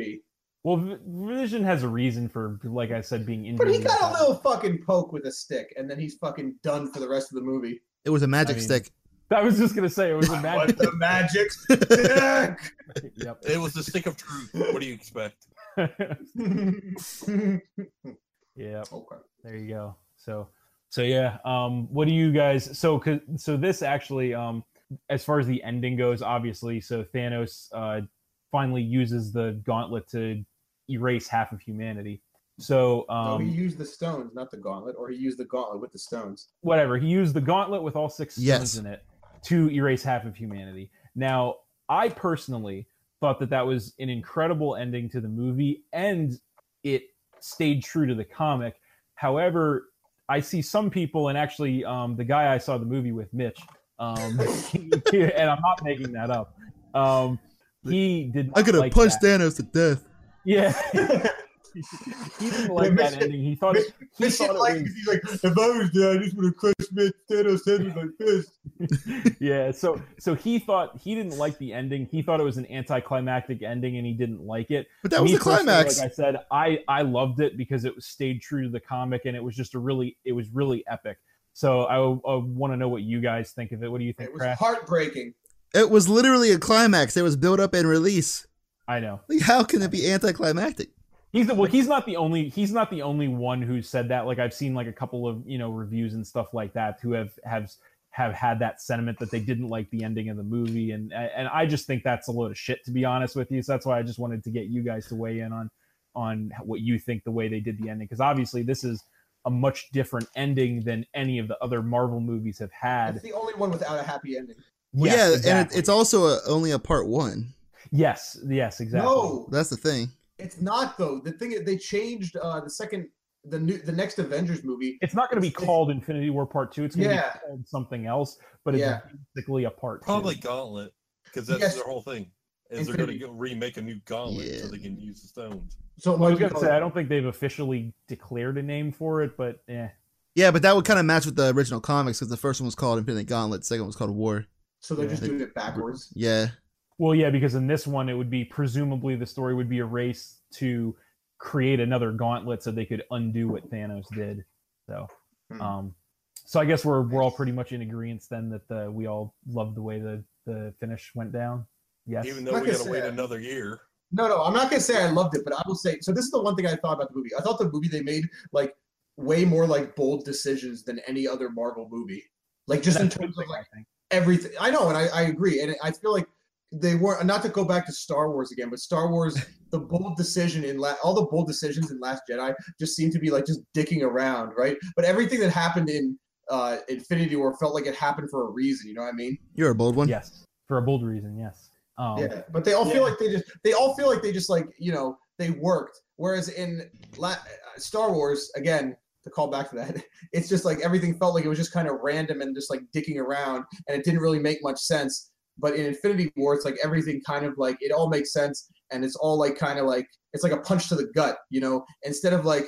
Well, V- Vision has a reason for like I said being But injured. he got a little fucking poke with a stick, and then he's fucking done for the rest of the movie. It was a magic I mean- stick. I was just gonna say it was <laughs> a magic. <laughs> the magic stick? <laughs> yep. It was the stick of truth. What do you expect? yep. okay. There you go. So, so yeah. Um, what do you guys? So, 'cause- so this actually, um, as far as the ending goes, obviously, so Thanos uh, finally uses the gauntlet to erase half of humanity. So Oh, he um, used the stones, not the gauntlet, or he used the gauntlet with the stones. whatever he used the gauntlet with all six stones Yes. in it to erase half of humanity. Now, I personally thought that that was an incredible ending to the movie, and it stayed true to the comic. However, I see some people, and actually, um, the guy I saw the movie with, Mitch, um, <laughs> and I'm not making that up. Um, he did. Not I could have like punched that. Thanos to death. Yeah, <laughs> he didn't like Mitch- that ending. He thought Mitch- he This shit thought it like, was- he's like, if I was there, I just would have crushed Mitch Thanos' head with my fist. yeah so so he thought he didn't like the ending he thought it was an anticlimactic ending and he didn't like it But that was Me the personally, climax. like i said i i loved it because it was stayed true to the comic and it was just a really it was really epic so i, want to know what you guys think of it what do you think It was Crash? heartbreaking. it was literally a climax. There was build up and release. i know Like, how can it be anticlimactic? He's the, well. He's not the only. He's not the only one who said that. Like I've seen like a couple of you know reviews and stuff like that who have have have had that sentiment that they didn't like the ending of the movie, and and I just think that's a load of shit to be honest with you. So that's why I just wanted to get you guys to weigh in on on what you think the way they did the ending, because obviously this is a much different ending than any of the other Marvel movies have had. It's the only one without a happy ending. Well, Yes, yeah, and exactly. it, it's also a, only a part one. yes, yes, exactly. No, That's the thing. it's not though. The thing is, they changed uh, the second, the new, the next Avengers movie. It's not going to be called Infinity War Part Two. It's going to Yeah. be called something else, but it's Yeah. basically a part. two. Probably Gauntlet, because that's Yes. their whole thing. Is they're going Infinity. to remake a new Gauntlet Yeah. so they can use the stones. So I like, was gonna say I don't think they've officially declared a name for it, but eh. Yeah, but that would kind of match with the original comics because the first one was called Infinite Gauntlet, second one was called War. So they're Yeah. just doing it backwards. Yeah, Well, yeah, because in this one it would be presumably the story would be a race to create another gauntlet so they could undo what Thanos did. So, Hmm. um, so I guess we're we're all pretty much in agreement then that the, we all loved the way the the finish went down. Yes. Even though Like we I got to wait said- another year. No, no, I'm not gonna say I loved it, but I will say. So this is the one thing I thought about the movie. I thought the movie they made like way more like bold decisions than any other Marvel movie. Like just in That's a terms good of thing, like I think. everything. I know, and I, I agree, and I feel like they were not to go back to Star Wars again, but Star Wars, the bold decision in La- all the bold decisions in Last Jedi just seemed to be like just dicking around, right? But everything that happened in uh, Infinity War felt like it happened for a reason. You know what I mean? you're a bold one. yes, for a bold reason. Yes. Um, yeah, but they all feel yeah. like they just they all feel like they just like you know they worked. Whereas in La- uh, Star Wars, again to call back to that, <laughs> it's just like everything felt like it was just kind of random and just like dicking around, and it didn't really make much sense. But in Infinity War, it's like everything kind of like it all makes sense, and it's all like kind of like it's like a punch to the gut, you know. Instead of like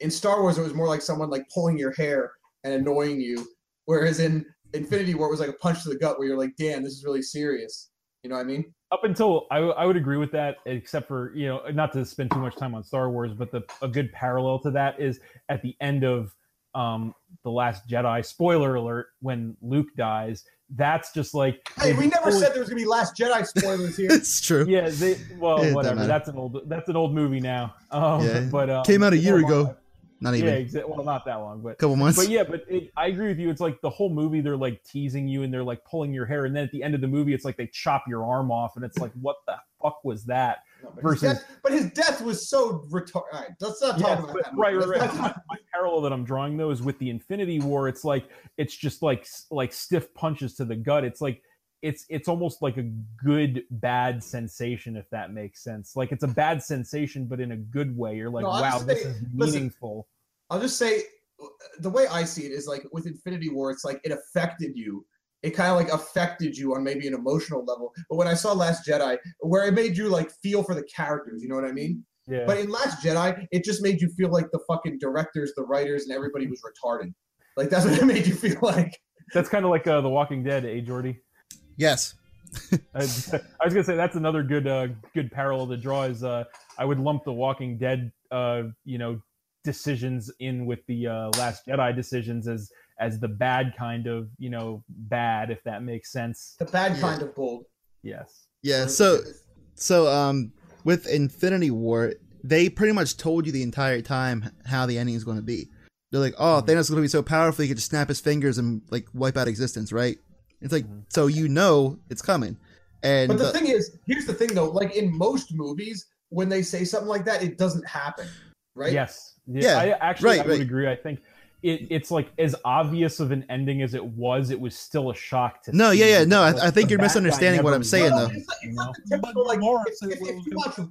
in Star Wars, it was more like someone like pulling your hair and annoying you. Whereas in Infinity War, it was like a punch to the gut where you're like, damn, this is really serious. You know what I mean? up until I, I would agree with that, except for you know not to spend too much time on Star Wars, but the a good parallel to that is at the end of um, the Last Jedi. Spoiler alert: when Luke dies, that's just like Hey, we never Oh, said there was gonna be Last Jedi spoilers <laughs> <laughs> here. It's true. Yeah, they, well, Yeah, it don't whatever. matter. That's an old that's an old movie now. Um, Yeah, <laughs> but um, came out a year well, ago. not- Not Yeah, even a exa- well, not that long, but couple months. but yeah, but it, I agree with you. It's like the whole movie they're like teasing you and they're like pulling your hair, and then at the end of the movie, it's like they chop your arm off, and it's like what the fuck was that? No, but, Versus- his death, but his death was so retarded. All right, let's not talk Yes, about but- that. Oh, <laughs> right, right, movie. right. Let's My, not- my parallel that I'm drawing though is with the Infinity War. It's like it's just like s- like stiff punches to the gut. It's like it's it's almost like a good bad sensation if that makes sense. Like it's a bad sensation, but in a good way. You're like, No, I'm wow, just this saying- is listen. meaningful. I'll just say uh, the way I see it is like with Infinity War, it's like it affected you. It kind of like affected you on maybe an emotional level. But when I saw Last Jedi, where it made you like feel for the characters, you know what I mean? Yeah, But in Last Jedi, it just made you feel like the fucking directors, the writers, and everybody was retarded. Like that's <laughs> what it made you feel like. that's kind of like uh, The Walking Dead, eh, Jordy? yes. <laughs> I, I was gonna say that's another good uh, good parallel to draw is uh, I would lump the Walking Dead uh, you know decisions in with the uh, Last Jedi decisions as as the bad kind of you know bad if that makes sense. The bad kind of bold. Yes. Yeah. So so um with Infinity War, they pretty much told you the entire time how the ending is going to be. They're like, "Oh, Mhm. Thanos is going to be so powerful he could just snap his fingers and like wipe out existence." Right? It's like Mhm. so you know it's coming. And But the Mm-hmm. the- thing is, here's the thing though. Like in most movies, when they say something like that, it doesn't happen, right? Yes. Yeah, I actually right, I would right. agree. I think it, it's like as obvious of an ending as it was. It was still a shock to. No, see yeah, yeah, that, no, I- like, I think the you're bad guy misunderstanding what never I'm saying, won, though. it's not, you it's know? not the typical, like, Mara if, said if, what if was you gonna watch, happen.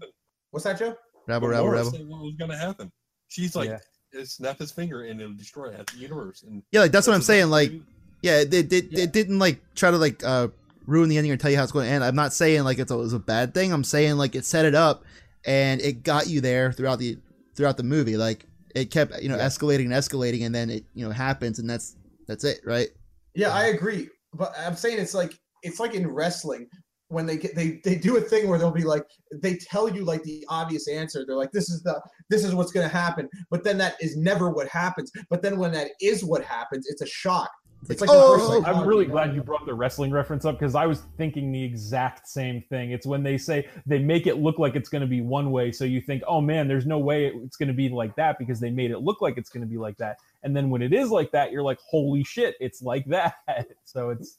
what's that, Joe? Rabble, But rabble, Mara rabble. said what was gonna happen. She's like, Yeah. it snap his finger and it'll destroy half the universe. And Yeah, like that's what I'm that's the saying. Like, thing. yeah, it, it, it, Yeah. it didn't like try to like uh ruin the ending or tell you how it's going to end. I'm not saying like it's a, it was a bad thing. I'm saying like it set it up and it got you there throughout the throughout the movie. Like it kept you know Yeah. escalating and escalating, and then it you know happens, and that's that's it, right? Yeah, I agree. But I'm saying it's like it's like in wrestling when they get they they do a thing where they'll be like they tell you like the obvious answer. They're like this is the this is what's going to happen, but then that is never what happens. But then when that is what happens, it's a shock. It's like reverse oh, psychology. I'm really glad you brought the wrestling reference up because I was thinking the exact same thing. It's when they say they make it look like it's going to be one way, so you think, oh man, there's no way it- it's going to be like that because they made it look like it's going to be like that. And then when it is like that, you're like, holy shit, it's like that. <laughs> So it's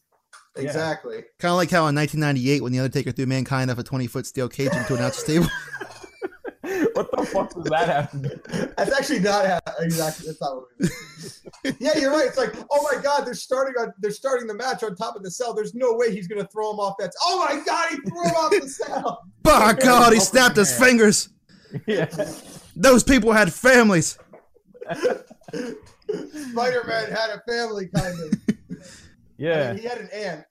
yeah. exactly. kind of like how in 1998 when the Undertaker threw mankind off a 20 foot steel cage into an <laughs> announcer's table. what the fuck does that have to do? That's actually not how, exactly. That's not what we <laughs> meant. Yeah, you're right. It's like, oh my god, they're starting on they're starting the match on top of the cell. There's no way he's gonna throw him off that. Oh my god, he threw him off <laughs> the cell. By God, he snapped his fingers. <laughs> Yeah. Those people had families. Spider-Man had a family, kind of. I mean, Yeah. he had an aunt.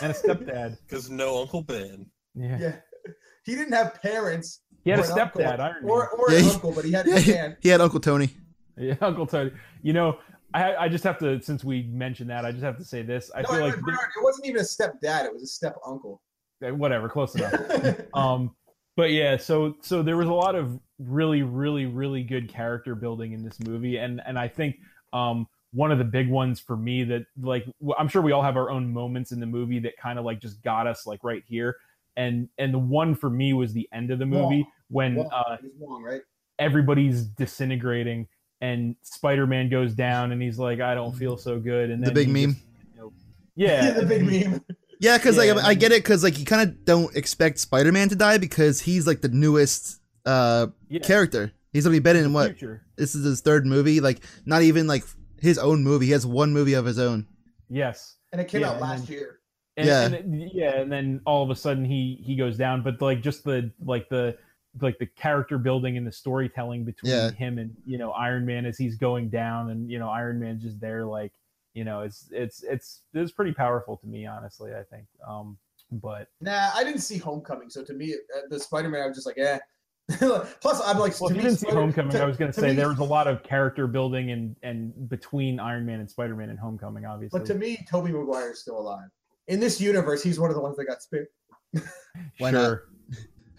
And a stepdad. Because no Uncle Ben. Yeah. Yeah. <laughs> He didn't have parents He had a Or an uncle. stepdad, Iron Man. or, or Yeah, an he- uncle, but he had Yeah, an he, aunt. he had Uncle Tony. Yeah, <laughs> Uncle Tony. You know, I I just have to since we mentioned that, I just have to say this. I No, feel it like was Bernard. it wasn't even a stepdad, it was a step uncle. eh, whatever, <laughs> close enough. yeah, um but yeah so so there was a lot of really really really good character building in this movie and and i think um one of the big ones for me that like w- i'm sure we all have our own moments in the movie that kind of like just got us like right here and and the one for me was the end of the movie when Wong. uh it was Wong, right? everybody's disintegrating and spider-man goes down and he's like i don't feel so good and The then big he meme. just, you know- <laughs> <laughs> yeah the big meme. Yeah, because Yeah, like I I, I get it, because like you kind of don't expect Spider-Man to die because he's like the newest uh yeah, character. He's only been in what? future. This is his third movie. Like not even like his own movie. He has one movie of his own. yes And it came Yeah, out and last then- year. and, Yeah. yeah. and it- yeah and then all of a sudden he he goes down but like just the like the like the character building and the storytelling between Yeah. him and you know iron man as he's going down and you know iron man's just there like you know it's it's it's it's pretty powerful to me honestly i think um but Nah, I didn't see Homecoming, so to me, uh, the Spider-Man, I was just like, eh. <laughs> Plus, I'm like, well, to if you me, didn't see Spider- homecoming to- i was going to to say me- there was a lot of character building and and between iron man and spider-man and homecoming obviously <laughs> but to me, Toby Maguire is still alive. In this universe, he's one of the ones that got spared. <laughs> Why not? sure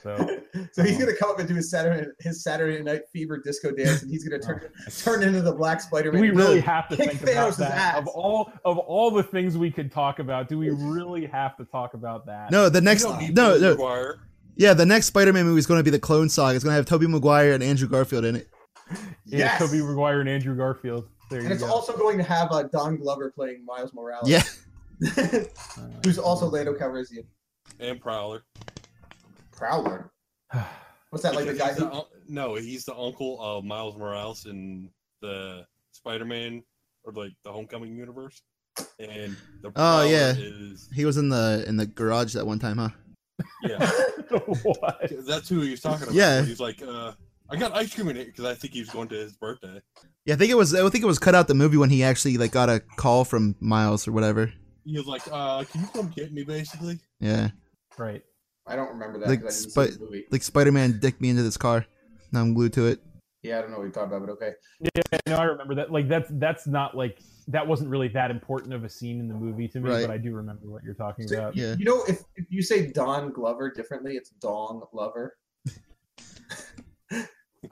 so So he's gonna come up and do his Saturday his Saturday Night Fever disco dance, and he's gonna <laughs> turn turn into the Black Spider Do Man. we really have to Kick think about Thanos' that? ass. Of all of all the things we could talk about, do we really have to talk about that? No, the You next don't need no Tobey no Maguire. yeah the next Spider-Man movie is going to be the Clone Saga. It's going to have Tobey Maguire and Andrew Garfield in it. yeah, yes. Toby Maguire and Andrew Garfield. There and you it's go. also going to have uh, Don Glover playing Miles Morales. Yeah. <laughs> Uh, <laughs> who's also Lando Calrissian. And Prowler. Prowler. What's that like? The guy Because he's who? un- no, he's the uncle of Miles Morales in the Spider-Man or like the Homecoming universe, and the Prowler Oh, yeah. is He was in the in the garage that one time, huh? yeah, <laughs> what? <laughs> that's who he was talking about. Yeah. he's like, uh, I got ice cream in it because I think he was going to his birthday. Yeah, I think it was. I think it was cut out the movie when he actually like got a call from Miles or whatever. He was like, uh, "Can you come get me?" Basically, Yeah, Right. I don't remember that. Like 'cause I didn't Spi- see the movie. like Spider-Man dicked me into this car. Now I'm glued to it. Yeah, I don't know what you're talking about, but okay. No, I remember that. Like that's that's not like that wasn't really that important of a scene in the movie to me, Right. but I do remember what you're talking So, about. Yeah. You know, if, if you say Don Glover differently, it's Dong <laughs> Glover.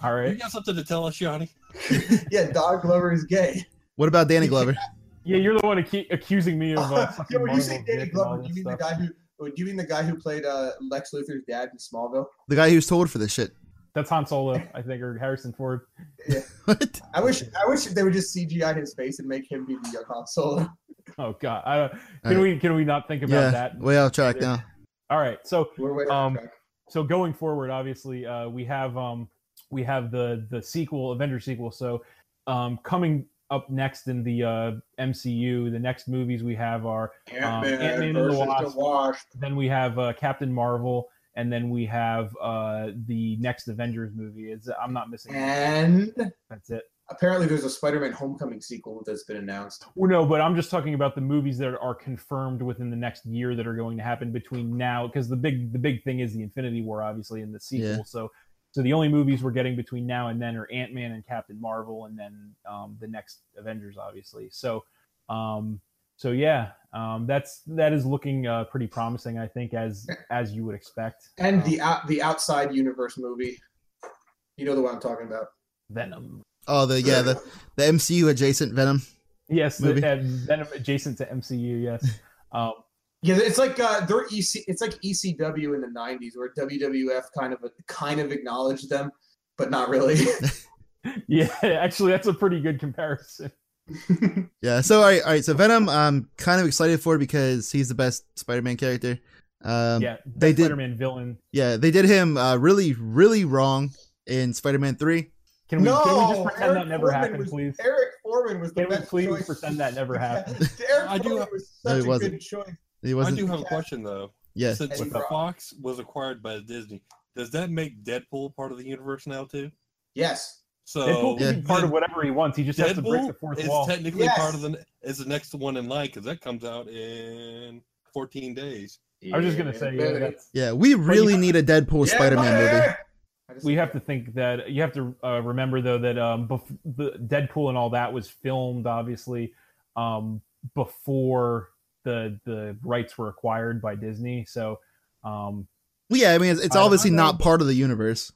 All you right. got something to tell us, Johnny? yeah, Don Glover is <laughs> gay. What about Danny Glover? Yeah, you're the one acu- accusing me <laughs> of. Uh, yeah, sucking when you say Marvel's Danny dick and all Glover, do this you mean the stuff. guy who? oh, Do you mean the guy who played uh, Lex Luthor's dad in Smallville? The guy who's told for this shit. <laughs> That's Han Solo, I think, or Harrison Ford. What? I Oh, wish I wish they would just CGI his face and make him be the uh, young Han Solo. Oh God, I don't, All can right. we can we not think about yeah, that? way off track now. All right, so <laughs> We're way off Um, track. so going forward, obviously, uh, we have um, we have the the sequel, Avenger sequel. So um, coming up next in the uh, MCU, the next movies we have are Ant-Man, um, Ant-Man and the versus Wasp. the Wasp. then we have uh, Captain Marvel, and then we have uh, the next Avengers movie. It's, I'm not missing. And That's it. apparently, there's a Spider-Man Homecoming sequel that's been announced. Well, no, but I'm just talking about the movies that are confirmed within the next year that are going to happen between now, because the big the big thing is the Infinity War, obviously, and the sequel. Yeah. So, so the only movies we're getting between now and then are Ant Man and Captain Marvel, and then um, the next Avengers, obviously. So, um, so yeah, um, that's that is looking uh, pretty promising, I think, as as you would expect. And Um, the out, the Outside Universe movie. You know the one I'm talking about. Venom. Oh, the yeah, the, the MCU adjacent Venom. Yes, the, Movie. that Venom adjacent to MCU. Yes. <laughs> Um, Yeah, it's like uh, they're EC. It's like ECW in the '90s, where WWF kind of kind of acknowledged them, but not really. <laughs> yeah, actually, that's a pretty good comparison. Yeah. So all right, all right. So Venom, I'm kind of excited for because he's the best Spider-Man character. Um, yeah, they best did- Spider-Man villain. yeah, They did him uh, really, really wrong in Spider-Man Three. Can we, can we just No, pretend Eric that never Foreman happened, was- please? Eric Foreman was the Can we best please choice. pretend that <laughs> never happened? Eric I do Foreman have- was No, he such a wasn't. good choice. He I wasn't. do have a question though. yeah. Since Eddie Brock. Fox was acquired by Disney, does that make Deadpool part of the universe now too? Yes. So Deadpool can be part of then whatever he wants. He just has to break the Deadpool fourth is wall. technically Yes. part of the is the next one in line because that comes out in 14 days. I was just gonna say, yeah, that's, Yeah. We really have- need a Deadpool Yeah, Spider-Man buddy! movie. I just- we have to think that you have to uh, remember though that um, bef- the Deadpool and all that was filmed obviously um, before the the rights were acquired by Disney. So um, Well, yeah. I mean, it's, it's I- I obviously know, not but- part of the universe.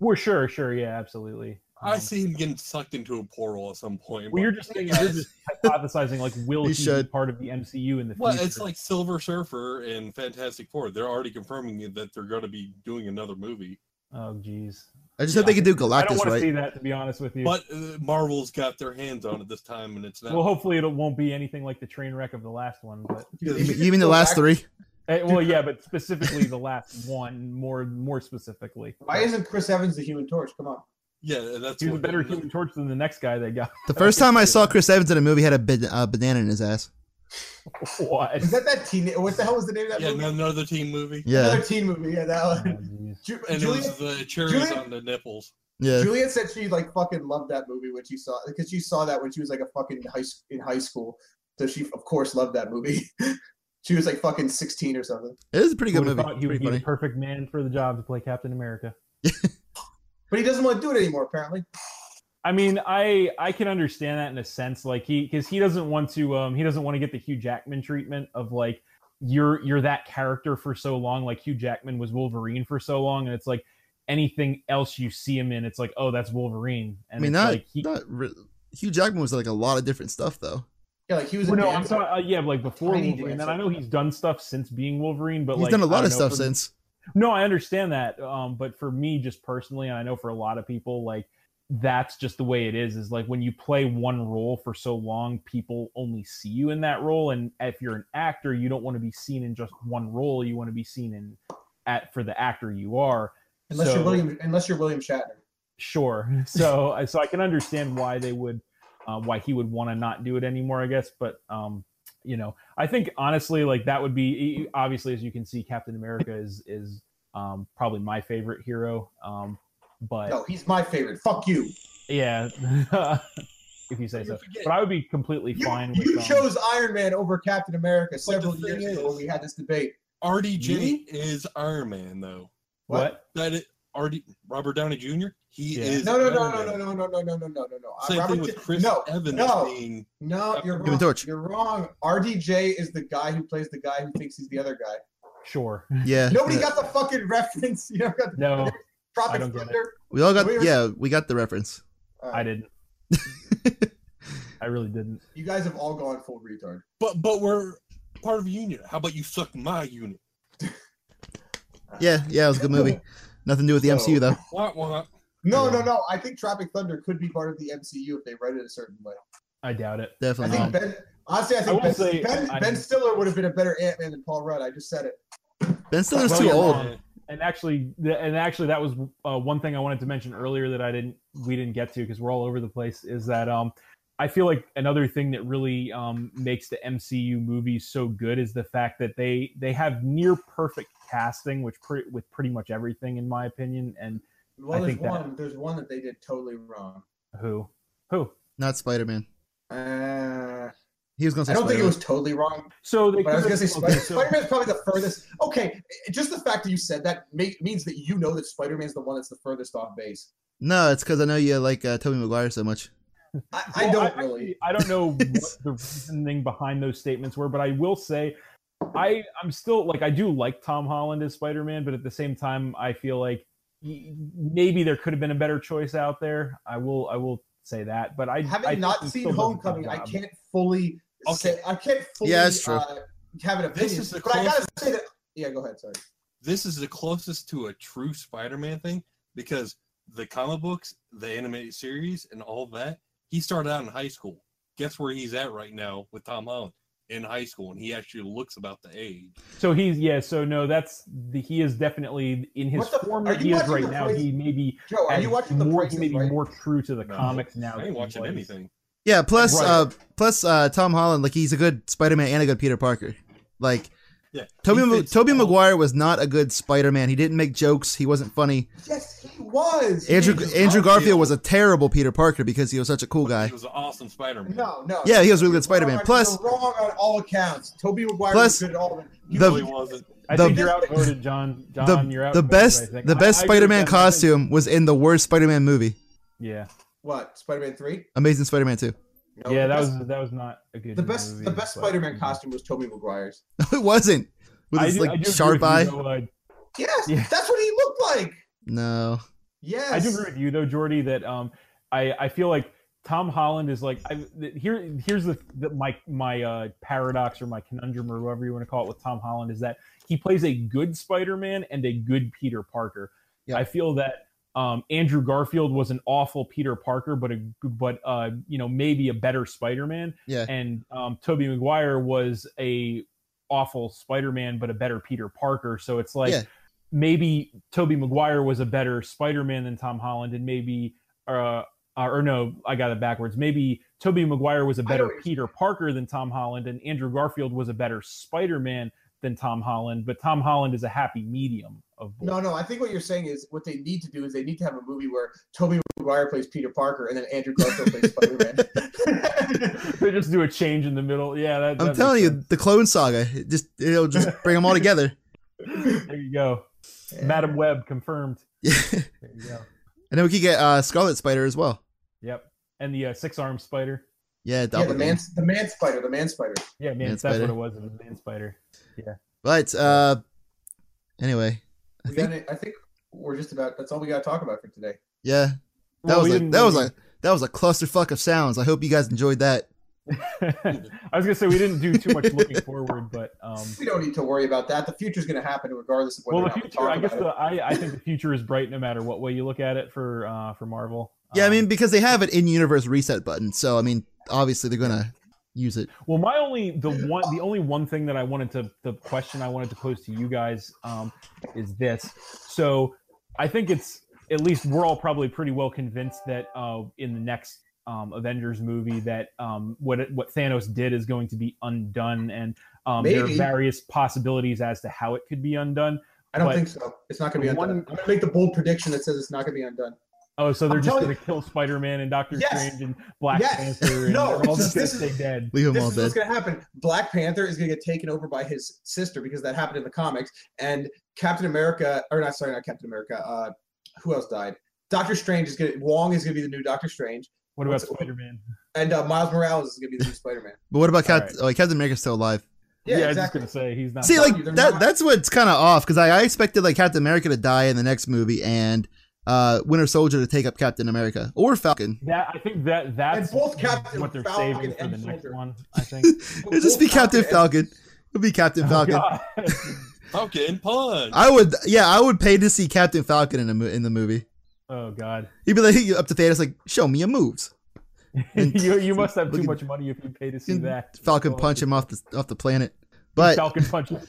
we're sure, sure, yeah, absolutely. I Um, see him getting sucked into a portal at some point. Well, but- you're just thinking, you're <laughs> just hypothesizing like will You he be should. part of the MCU in the Well, future? it's like Silver Surfer and Fantastic Four. They're already confirming that they're going to be doing another movie. oh, jeez. I just Yeah. hope they can do I don't Galactus want to right. see that to be honest with you. But uh, Marvel's got their hands on it this time, and it's not. Well, hopefully it won't be anything like the train wreck of the last one, but You, If <laughs> you you mean the go last back- three? eh, well, yeah, but specifically the last one, more more specifically. Why isn't Chris Evans the Human Torch? Come on. yeah, that's he was a what- better Human Torch than the next guy they got? <laughs> The first time I saw Chris Evans in a movie, he had a bid, uh, banana in his ass. What? Is that that teen? What the hell was the name of that Yeah, movie? another teen movie. Yeah, Another teen movie. Yeah, that Oh, one. jeez. Ju- And it Juliet, was the cherries Julian- on the nipples. yeah. Juliet said she like fucking loved that movie when she saw because she saw that when she was like a fucking high s- in high school. So she of course loved that movie. <laughs> she was like fucking sixteen or something. It is a pretty good Who would've movie. thought He would Pretty be the funny. perfect man for the job to play Captain America. But he doesn't want to do it anymore apparently. I mean, I I can understand that in a sense, like he because he doesn't want to um he doesn't want to get the Hugh Jackman treatment of like you're you're that character for so long, like Hugh Jackman was Wolverine for so long, and it's like anything else you see him in, it's like oh that's Wolverine, I and mean, it's not, like he, not re- Hugh Jackman was like a lot of different stuff though. Yeah, like he was. well, a no, dancer. I'm sorry, uh, yeah, but, like before Tiny Wolverine, and I dancer. know he's done stuff since being Wolverine, but He's like done a I lot don't of know, stuff for- since. <laughs> No, I understand that. Um, but for me, just personally, and I know for a lot of people, like that's just the way it is. Is like when you play one role for so long, people only see you in that role. And if you're an actor, you don't want to be seen in just one role. You want to be seen in at for the actor you are. Unless So- you're William, unless you're William Shatner. Sure. <laughs> So I- so I can understand why they would, uh, why he would want to not do it anymore. I guess, but um, you know, I think honestly, like that would be e, obviously as you can see, Captain America is is um, probably my favorite hero. Um, but No, he's my favorite. Fuck you. yeah, <laughs> if you say so. You forget- But I would be completely You, fine you with. Um, chose Iron Man over Captain America several thing years is- ago when we had this debate. RDJ Me? is Iron Man, though. what? That it, RD, Robert Downey Jr. He Yeah. is No, no, no, Iron no, no, Man. no, no, no, no, no, no, no, no. Uh, Same Robert thing J- with Chris no, Evans no. being No, you're Human wrong. Torch. You're wrong. RDJ is the guy who plays the guy who thinks he's the other guy. Sure. <laughs> Yeah. Nobody yeah. got the fucking <laughs> reference. You know, got the No, I Tropic don't get it. Thunder. We all got. We were- yeah, we got the reference. Uh, I <laughs> didn't. I really didn't. You guys have all gone full retard. But but we're part of a union. How about you suck my unit? Yeah, yeah, it was a good <laughs> movie. Nothing to do with the So- MCU though. Wah, wah. No, Yeah. no, no. I think Tropic Thunder could be part of the MCU if they write it a certain way. I doubt it. I Definitely. think Um, Ben. Honestly, I I think will Ben, say, ben, I- ben Stiller would have been a better Ant Man than Paul Rudd. I just said it. ben Stiller's Well, too you're old. wrong. Uh, and actually, and actually, that was uh, one thing I wanted to mention earlier that I didn't, we didn't get to because we're all over the place. Is that um, I feel like another thing that really um, makes the MCU movies so good is the fact that they they have near perfect casting, which pre- with pretty much everything, in my opinion. And Well, I there's think that- one. There's one that they did totally wrong. who, who? Not Spider Man. Uh, He was gonna say I don't think it Spider-Man. was totally wrong, So they but I was could've- gonna say okay, Spider- so- Spider-Man's probably the furthest. Okay, just the fact that you said that ma- means that you know that Spider-Man's the one that's the furthest off base. No, it's because I know you like uh, Tobey Maguire so much. I, I Well, don't actually- really. I don't <laughs> know what the reasoning behind those statements were, but I will say, I I'm still like I do like Tom Holland as Spider Man, but at the same time, I feel like y- maybe there could have been a better choice out there. I will I will say that, but I Having I think not he seen still does a good Homecoming, I job. can't fully Okay. say. I can't fully. Yeah, that's true. Uh, have an opinion. This is the but I gotta say that. Yeah, go ahead. Sorry. This is the closest to a true Spider-Man thing because the comic books, the animated series, and all that. He started out in high school. Guess where he's at right now with Tom Holland in high school, and he actually looks about the age. So he's yeah. So no, that's the, he is definitely in his What the- form are that you he is watching right the now. Price- He maybe Joe, are you watching the more, Price he is may be Right? more true to the No, comics now. I than ain't he watching was. anything. Yeah. Plus, Right. uh, plus uh, Tom Holland, like he's a good Spider-Man and a good Peter Parker. Like Yeah, Toby, he Ma- fits Toby all- Maguire was not a good Spider-Man. He didn't make jokes. He wasn't funny. Yes, he was. Andrew was Andrew Garfield. Garfield was a terrible Peter Parker because he was such a cool guy. He was an awesome Spider-Man. No, no. Yeah, he was a really good Spider-Man. You're Plus- wrong on all accounts. Toby Maguire Plus, was good at all of it. he the- really wasn't. I The- think you're outvoted, John. John, you're The, outvoted. the I best think. the best I- I agree with Spider-Man that. I think- costume was in the worst Spider-Man movie, Yeah. What Spider-Man three? Amazing Spider-Man <laughs> 2. No, yeah, the that best- was that was not a good. the best. movie, The best but- mm-hmm. Spider-Man costume was Toby Maguire's. it wasn't. With I his do- I do like agree sharp with you, eye. though, uh, Yes, Yeah. that's what he looked like. No. Yes, I do agree with you though, Jordy. That um, I I feel like Tom Holland is like I th- here. Here's the, the my my uh, paradox or my conundrum or whatever you want to call it with Tom Holland is that he plays a good Spider-Man and a good Peter Parker. Yeah. I feel that um, Andrew Garfield was an awful Peter Parker, but a but uh, you know maybe a better Spider-Man. Yeah. And um, Tobey Maguire was a awful Spider-Man, but a better Peter Parker. So it's like Yeah. maybe Tobey Maguire was a better Spider-Man than Tom Holland, and maybe uh, or no, I got it backwards. Maybe Tobey Maguire was a know better what you're Peter Parker than Tom Holland, and Andrew Garfield was a better Spider-Man than Tom Holland, but Tom Holland is a happy medium of both. No, no. I think what you're saying is what they need to do is they need to have a movie where Toby Maguire plays Peter Parker and then Andrew Garfield plays Spider-Man. <laughs> they just do a change in the middle. Yeah, that, that I'm makes telling you, sense. the clone saga. It just it'll <laughs> just bring them all together. <laughs> There you go, Madam Web confirmed. Yeah. There you go. And then we could get uh, Scarlet Spider as well. Yep, and the uh, six-armed spider. Yeah, Yeah, the doppelganger. man, the man spider, the man spider. Yeah, man, Man that's spider. what it was. It was man spider. But uh, anyway, I We think got I think we're just about. That's all we got to talk about for today. yeah, that Well, we was a, didn't that was really- a that was a clusterfuck of sounds. I hope you guys enjoyed that. <laughs> I was gonna say we didn't do too much looking forward, but um, We don't need to worry about that. The future's going to happen regardless of whether well, the or not future. we talk I guess about the, it. I I think the future is bright no matter what way you look at it for uh for Marvel. Yeah, I Um, mean because they have an in-universe reset button, so I mean obviously they're gonna use it. Well, my only the one the only one thing that I wanted to the question I wanted to pose to you guys um, is this. So I think it's at least we're all probably pretty well convinced that uh, in the next um, Avengers movie that um, what it, what Thanos did is going to be undone, and um, there are Maybe. various possibilities as to how it could be undone. I don't but- think so. It's not going to be The undone. one- I'm going to make the bold prediction that says it's not going to be undone. Oh, so they're I'm just telling going to kill Spider Man and Doctor Yes. Strange and Black Yes. Panther, and No, they're all this is- just going to this stay is- dead. Leave them This all is what's dead. going to happen. Black Panther is going to get taken over by his sister because that happened in the comics. And Captain America, or not, sorry, not Captain America. Uh, who else died? Doctor Strange is going to, Wong is going to be the new Doctor Strange. What about What's- Spider Man? And uh, Miles Morales is going to be the <laughs> new Spider Man. But what about Cap- Alright. oh, wait, Captain America's still alive? Yeah, I was just exactly. going to say he's not. See, telling like you, they're that not- that's what's kind of off because I, I expected like Captain America to die in the next movie and uh Winter Soldier to take up Captain America or Falcon. That I think that that's both Captain what they're Falcon saving for and the next Soldier. <laughs> one. I think. Oh, It'll just be Both Captain Falcon and- Falcon. It'll be Oh, Captain <laughs> Falcon. God. Falcon punch. I would, yeah, I would pay to see Captain Falcon in a mo- in the movie. Oh God! He'd be like up to Thanos, like, show me your moves. <laughs> And- <laughs> you you must have too Look at- much money if you pay to see and that. Falcon Oh, punch him off the off the planet. But Falcon punch him.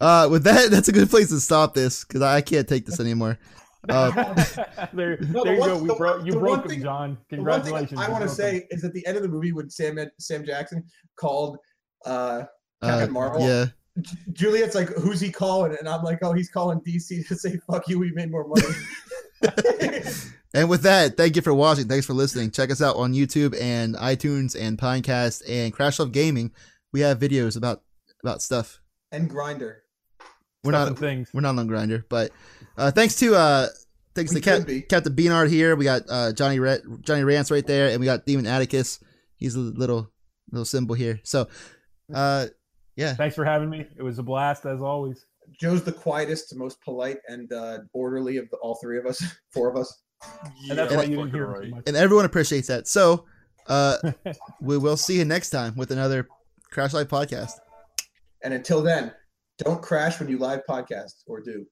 Uh, with that, <laughs> that's a good place to stop this because I can't take this anymore. <laughs> Uh, <laughs> there, No, the there you one- go. We the broke one- you the broke one him, thing- John. The one thing Congratulations. I you want to broke him. say is at the end of the movie when Sam Sam Jackson called uh, uh, <laughs> Captain Marvel, yeah. Ju- Juliet's like, "Who's he calling?" And I'm like, "Oh, he's calling DC to say fuck you. We made more <laughs> money." <laughs> And with that, thank you for watching. Thanks for listening. Check us out on YouTube and iTunes and Pinecast and Crash Love Gaming. We have videos about about stuff. and Grinder. We're Stuff not and things. we're not on Grinder, but uh, thanks to uh, thanks We to Cap- could be. Captain Beanard here. We got uh, Johnny Ra- Johnny Rance right there, and we got Demon Atticus. He's a little little symbol here. So, uh, yeah, Thanks for having me. It was a blast as always. Joe's the quietest, most polite, and uh, orderly of the, all three of us, <laughs> four of us. And that's Yeah, why you fucking didn't hear right. much. and everyone appreciates that. So, uh, we will see you next time with another Crash Live podcast. And until then, don't crash when you live podcast or do.